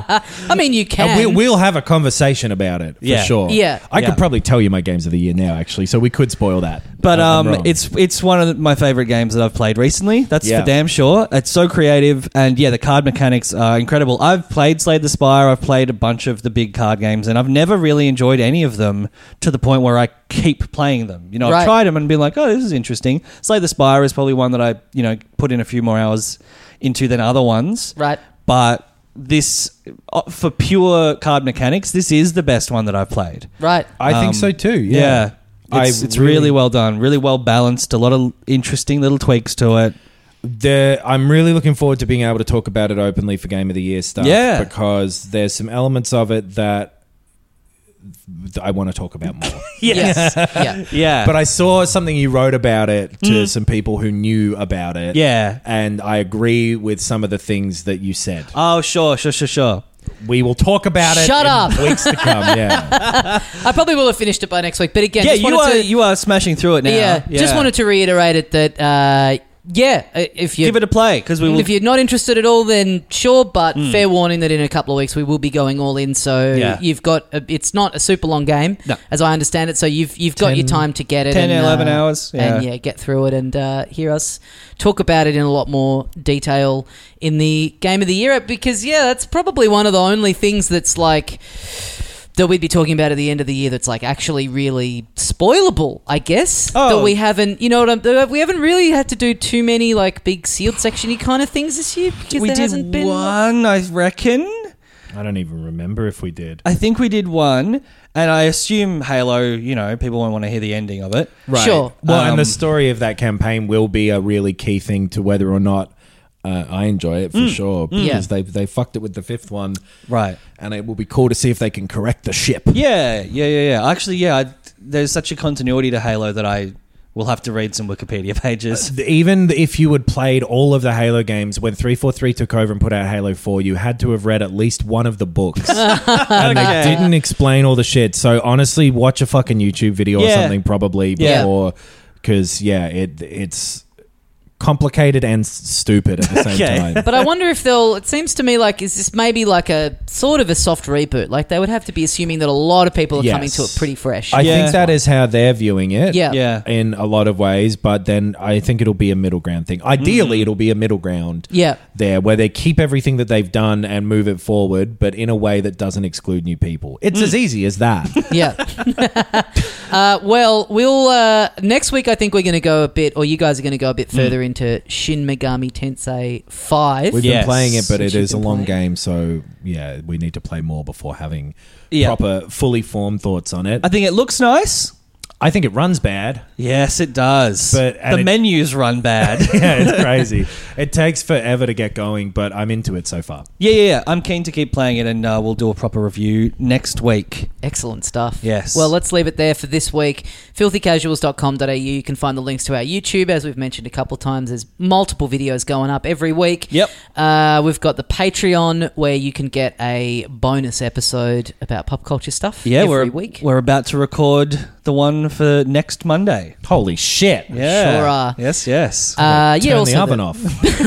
[SPEAKER 5] Yeah.
[SPEAKER 3] I mean, you can.
[SPEAKER 5] And we, we'll have a conversation about it for
[SPEAKER 4] Yeah.
[SPEAKER 5] sure.
[SPEAKER 3] Yeah.
[SPEAKER 5] I
[SPEAKER 4] Yeah.
[SPEAKER 5] could probably tell you my games of the year now, actually, so we could spoil that.
[SPEAKER 4] But
[SPEAKER 5] Uh, I'm
[SPEAKER 4] um,
[SPEAKER 5] wrong.
[SPEAKER 4] it's it's one of my favorite games that I've played recently. That's
[SPEAKER 5] Yeah.
[SPEAKER 4] for damn sure. It's so creative, and yeah, the card mechanics are incredible. I've played Slay the Spire. I've played a bunch of the big card games, and I've never really enjoyed any of them to the point where I keep playing them. You know,
[SPEAKER 3] Right.
[SPEAKER 4] I've tried them and been like, oh, this is interesting. Slay the Spire is probably one that I you know put in a few more hours into than other ones.
[SPEAKER 3] Right.
[SPEAKER 4] but. This uh, for pure card mechanics. This is the best one that I've played.
[SPEAKER 3] right.
[SPEAKER 5] I
[SPEAKER 4] Um,
[SPEAKER 5] think so too. Yeah.
[SPEAKER 4] Yeah.
[SPEAKER 5] I
[SPEAKER 4] It's, it's really, well done, really well balanced, a lot of interesting little tweaks to it.
[SPEAKER 5] There, I'm really looking forward to being able to talk about it openly for Game of the Year stuff.
[SPEAKER 4] Yeah.
[SPEAKER 5] Because there's some elements of it that that I want to talk about more.
[SPEAKER 3] Yes. yeah.
[SPEAKER 4] Yeah.
[SPEAKER 5] but I saw something you wrote about it to some people who knew about it.
[SPEAKER 4] Yeah.
[SPEAKER 5] And I agree with some of the things that you said.
[SPEAKER 4] oh, sure, sure, sure, sure.
[SPEAKER 5] We will talk about it
[SPEAKER 3] Shut
[SPEAKER 5] in
[SPEAKER 3] up.
[SPEAKER 5] weeks to come. Yeah.
[SPEAKER 3] I probably will have finished it by next week. But again,
[SPEAKER 4] Yeah,
[SPEAKER 3] just
[SPEAKER 4] you
[SPEAKER 3] wanted
[SPEAKER 4] are
[SPEAKER 3] to,
[SPEAKER 4] you are smashing through it now.
[SPEAKER 3] yeah, just wanted to reiterate it that uh, yeah, i- if you
[SPEAKER 4] give it a play because we will. Hmm.
[SPEAKER 3] if you're not interested at all, then sure. But fair warning that in a couple of weeks we will be going all in. So
[SPEAKER 4] Yeah.
[SPEAKER 3] you've got a, it's not a super long game,
[SPEAKER 4] No.
[SPEAKER 3] as I understand it. So you've you've got your time to get it
[SPEAKER 4] 10,
[SPEAKER 3] and, uh,
[SPEAKER 4] 11 hours, yeah.
[SPEAKER 3] and yeah, get through it and uh, hear us talk about it in a lot more detail in the game of the year. Because yeah, that's probably one of the only things that's like. That we'd be talking about at the end of the year. That's like actually really spoilable, I guess.
[SPEAKER 4] Oh.
[SPEAKER 3] That we haven't, you know what I'm. that We haven't really had to do too many like big sealed sectiony kind of things this year because
[SPEAKER 4] we
[SPEAKER 3] there
[SPEAKER 4] did
[SPEAKER 3] hasn't been.
[SPEAKER 4] one, I reckon.
[SPEAKER 5] I don't even remember if we did.
[SPEAKER 4] I think we did one, and I assume Halo. You know, people won't want to hear the ending of it.
[SPEAKER 3] Right. Sure.
[SPEAKER 5] Well, and
[SPEAKER 4] Um,
[SPEAKER 5] the story of that campaign will be a really key thing to whether or not uh, I enjoy it for
[SPEAKER 4] Mm.
[SPEAKER 5] sure because
[SPEAKER 3] Yeah.
[SPEAKER 5] they they fucked it with the fifth one,
[SPEAKER 4] Um, Right.
[SPEAKER 5] And it will be cool to see if they can correct the ship.
[SPEAKER 4] Yeah, yeah, yeah, yeah. Actually, yeah. I, there's such a continuity to Halo that I will have to read some Wikipedia
[SPEAKER 3] Uh,
[SPEAKER 4] pages.
[SPEAKER 5] Even if you had played all of the Halo games when 343 took over and put out Halo 4, you had to have read at least one of the books. and
[SPEAKER 4] Okay.
[SPEAKER 5] they didn't explain all the shit. So honestly, watch a fucking YouTube video
[SPEAKER 4] Yeah.
[SPEAKER 5] or something probably
[SPEAKER 4] Yeah.
[SPEAKER 5] before cuz yeah, it it's complicated and s- stupid at the same
[SPEAKER 4] Okay.
[SPEAKER 5] time.
[SPEAKER 3] But I wonder if they'll. It seems to me like is this maybe like a sort of a soft reboot? Like they would have to be assuming that a lot of people are
[SPEAKER 5] Yes.
[SPEAKER 3] coming to it pretty fresh.
[SPEAKER 5] I
[SPEAKER 4] Yeah.
[SPEAKER 5] think that is how they're viewing it.
[SPEAKER 3] Yeah.
[SPEAKER 4] Yeah.
[SPEAKER 5] In a lot of ways, but then I think it'll be a middle ground thing.
[SPEAKER 4] Mm.
[SPEAKER 5] Ideally, it'll be a middle ground.
[SPEAKER 3] Yeah.
[SPEAKER 5] There, where they keep everything that they've done and move it forward, but in a way that doesn't exclude new people. It's
[SPEAKER 4] Mm.
[SPEAKER 5] as easy as that.
[SPEAKER 3] yeah. uh, well, we'll uh, next week. I think we're going to go a bit, or you guys are going to go a bit
[SPEAKER 4] Mm.
[SPEAKER 3] further into Shin Megami Tensei Five.
[SPEAKER 5] We've
[SPEAKER 4] Yes.
[SPEAKER 5] been playing it, but
[SPEAKER 3] Which
[SPEAKER 5] it
[SPEAKER 3] you've
[SPEAKER 5] is a
[SPEAKER 3] been
[SPEAKER 5] long
[SPEAKER 3] playing.
[SPEAKER 5] game, so yeah, we need to play more before having
[SPEAKER 4] Yeah.
[SPEAKER 5] proper, fully formed thoughts on it.
[SPEAKER 4] I think it looks nice.
[SPEAKER 5] I think it runs bad.
[SPEAKER 4] Yes, it does.
[SPEAKER 5] But- and
[SPEAKER 4] the
[SPEAKER 5] it-
[SPEAKER 4] menus run bad. yeah,
[SPEAKER 5] yeah, it's crazy. It takes forever to get going, but I'm into it so far.
[SPEAKER 4] yeah, yeah. I'm keen to keep playing it, and uh, we'll do a proper review next week.
[SPEAKER 3] Excellent stuff.
[SPEAKER 4] Yes.
[SPEAKER 3] Well, let's leave it there for this week. Filthycasuals.com.au. You can find the links to our YouTube, as we've mentioned a couple of times. There's multiple videos going up every week.
[SPEAKER 4] Yep.
[SPEAKER 3] Uh, we've got the Patreon, where you can get a bonus episode about pop culture stuff
[SPEAKER 4] Yeah,
[SPEAKER 3] every
[SPEAKER 4] we're
[SPEAKER 3] week.
[SPEAKER 4] we're about to record the one for next Monday.
[SPEAKER 5] Holy shit!
[SPEAKER 4] Yeah,
[SPEAKER 3] Sure are.
[SPEAKER 4] Yes, yes.
[SPEAKER 3] uh,
[SPEAKER 5] Turn
[SPEAKER 3] yeah, also
[SPEAKER 5] the oven off.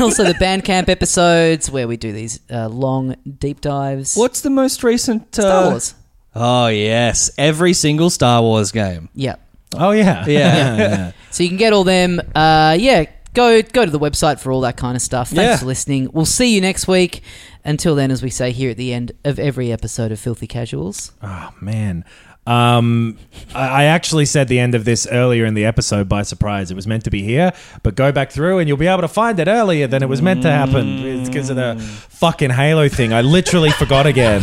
[SPEAKER 3] also the Bandcamp episodes where we do these uh, long deep dives.
[SPEAKER 4] What's the most recent? Uh,
[SPEAKER 3] Star Wars?
[SPEAKER 4] Oh yes, every single Star Wars game.
[SPEAKER 3] Yeah.
[SPEAKER 5] Oh yeah,
[SPEAKER 4] Yeah.
[SPEAKER 3] So you can get all them. Uh, yeah, go go to the website for all that kind of stuff. Thanks
[SPEAKER 4] Yeah.
[SPEAKER 3] for listening. We'll see you next week. Until then, as we say here at the end of every episode of Filthy Casuals.
[SPEAKER 5] Oh man. Um, I I actually said the end of this earlier in the episode by surprise. It was meant to be here, but go back through and you'll be able to find it earlier than it was meant to happen. It's because of the fucking Halo thing. I literally forgot again.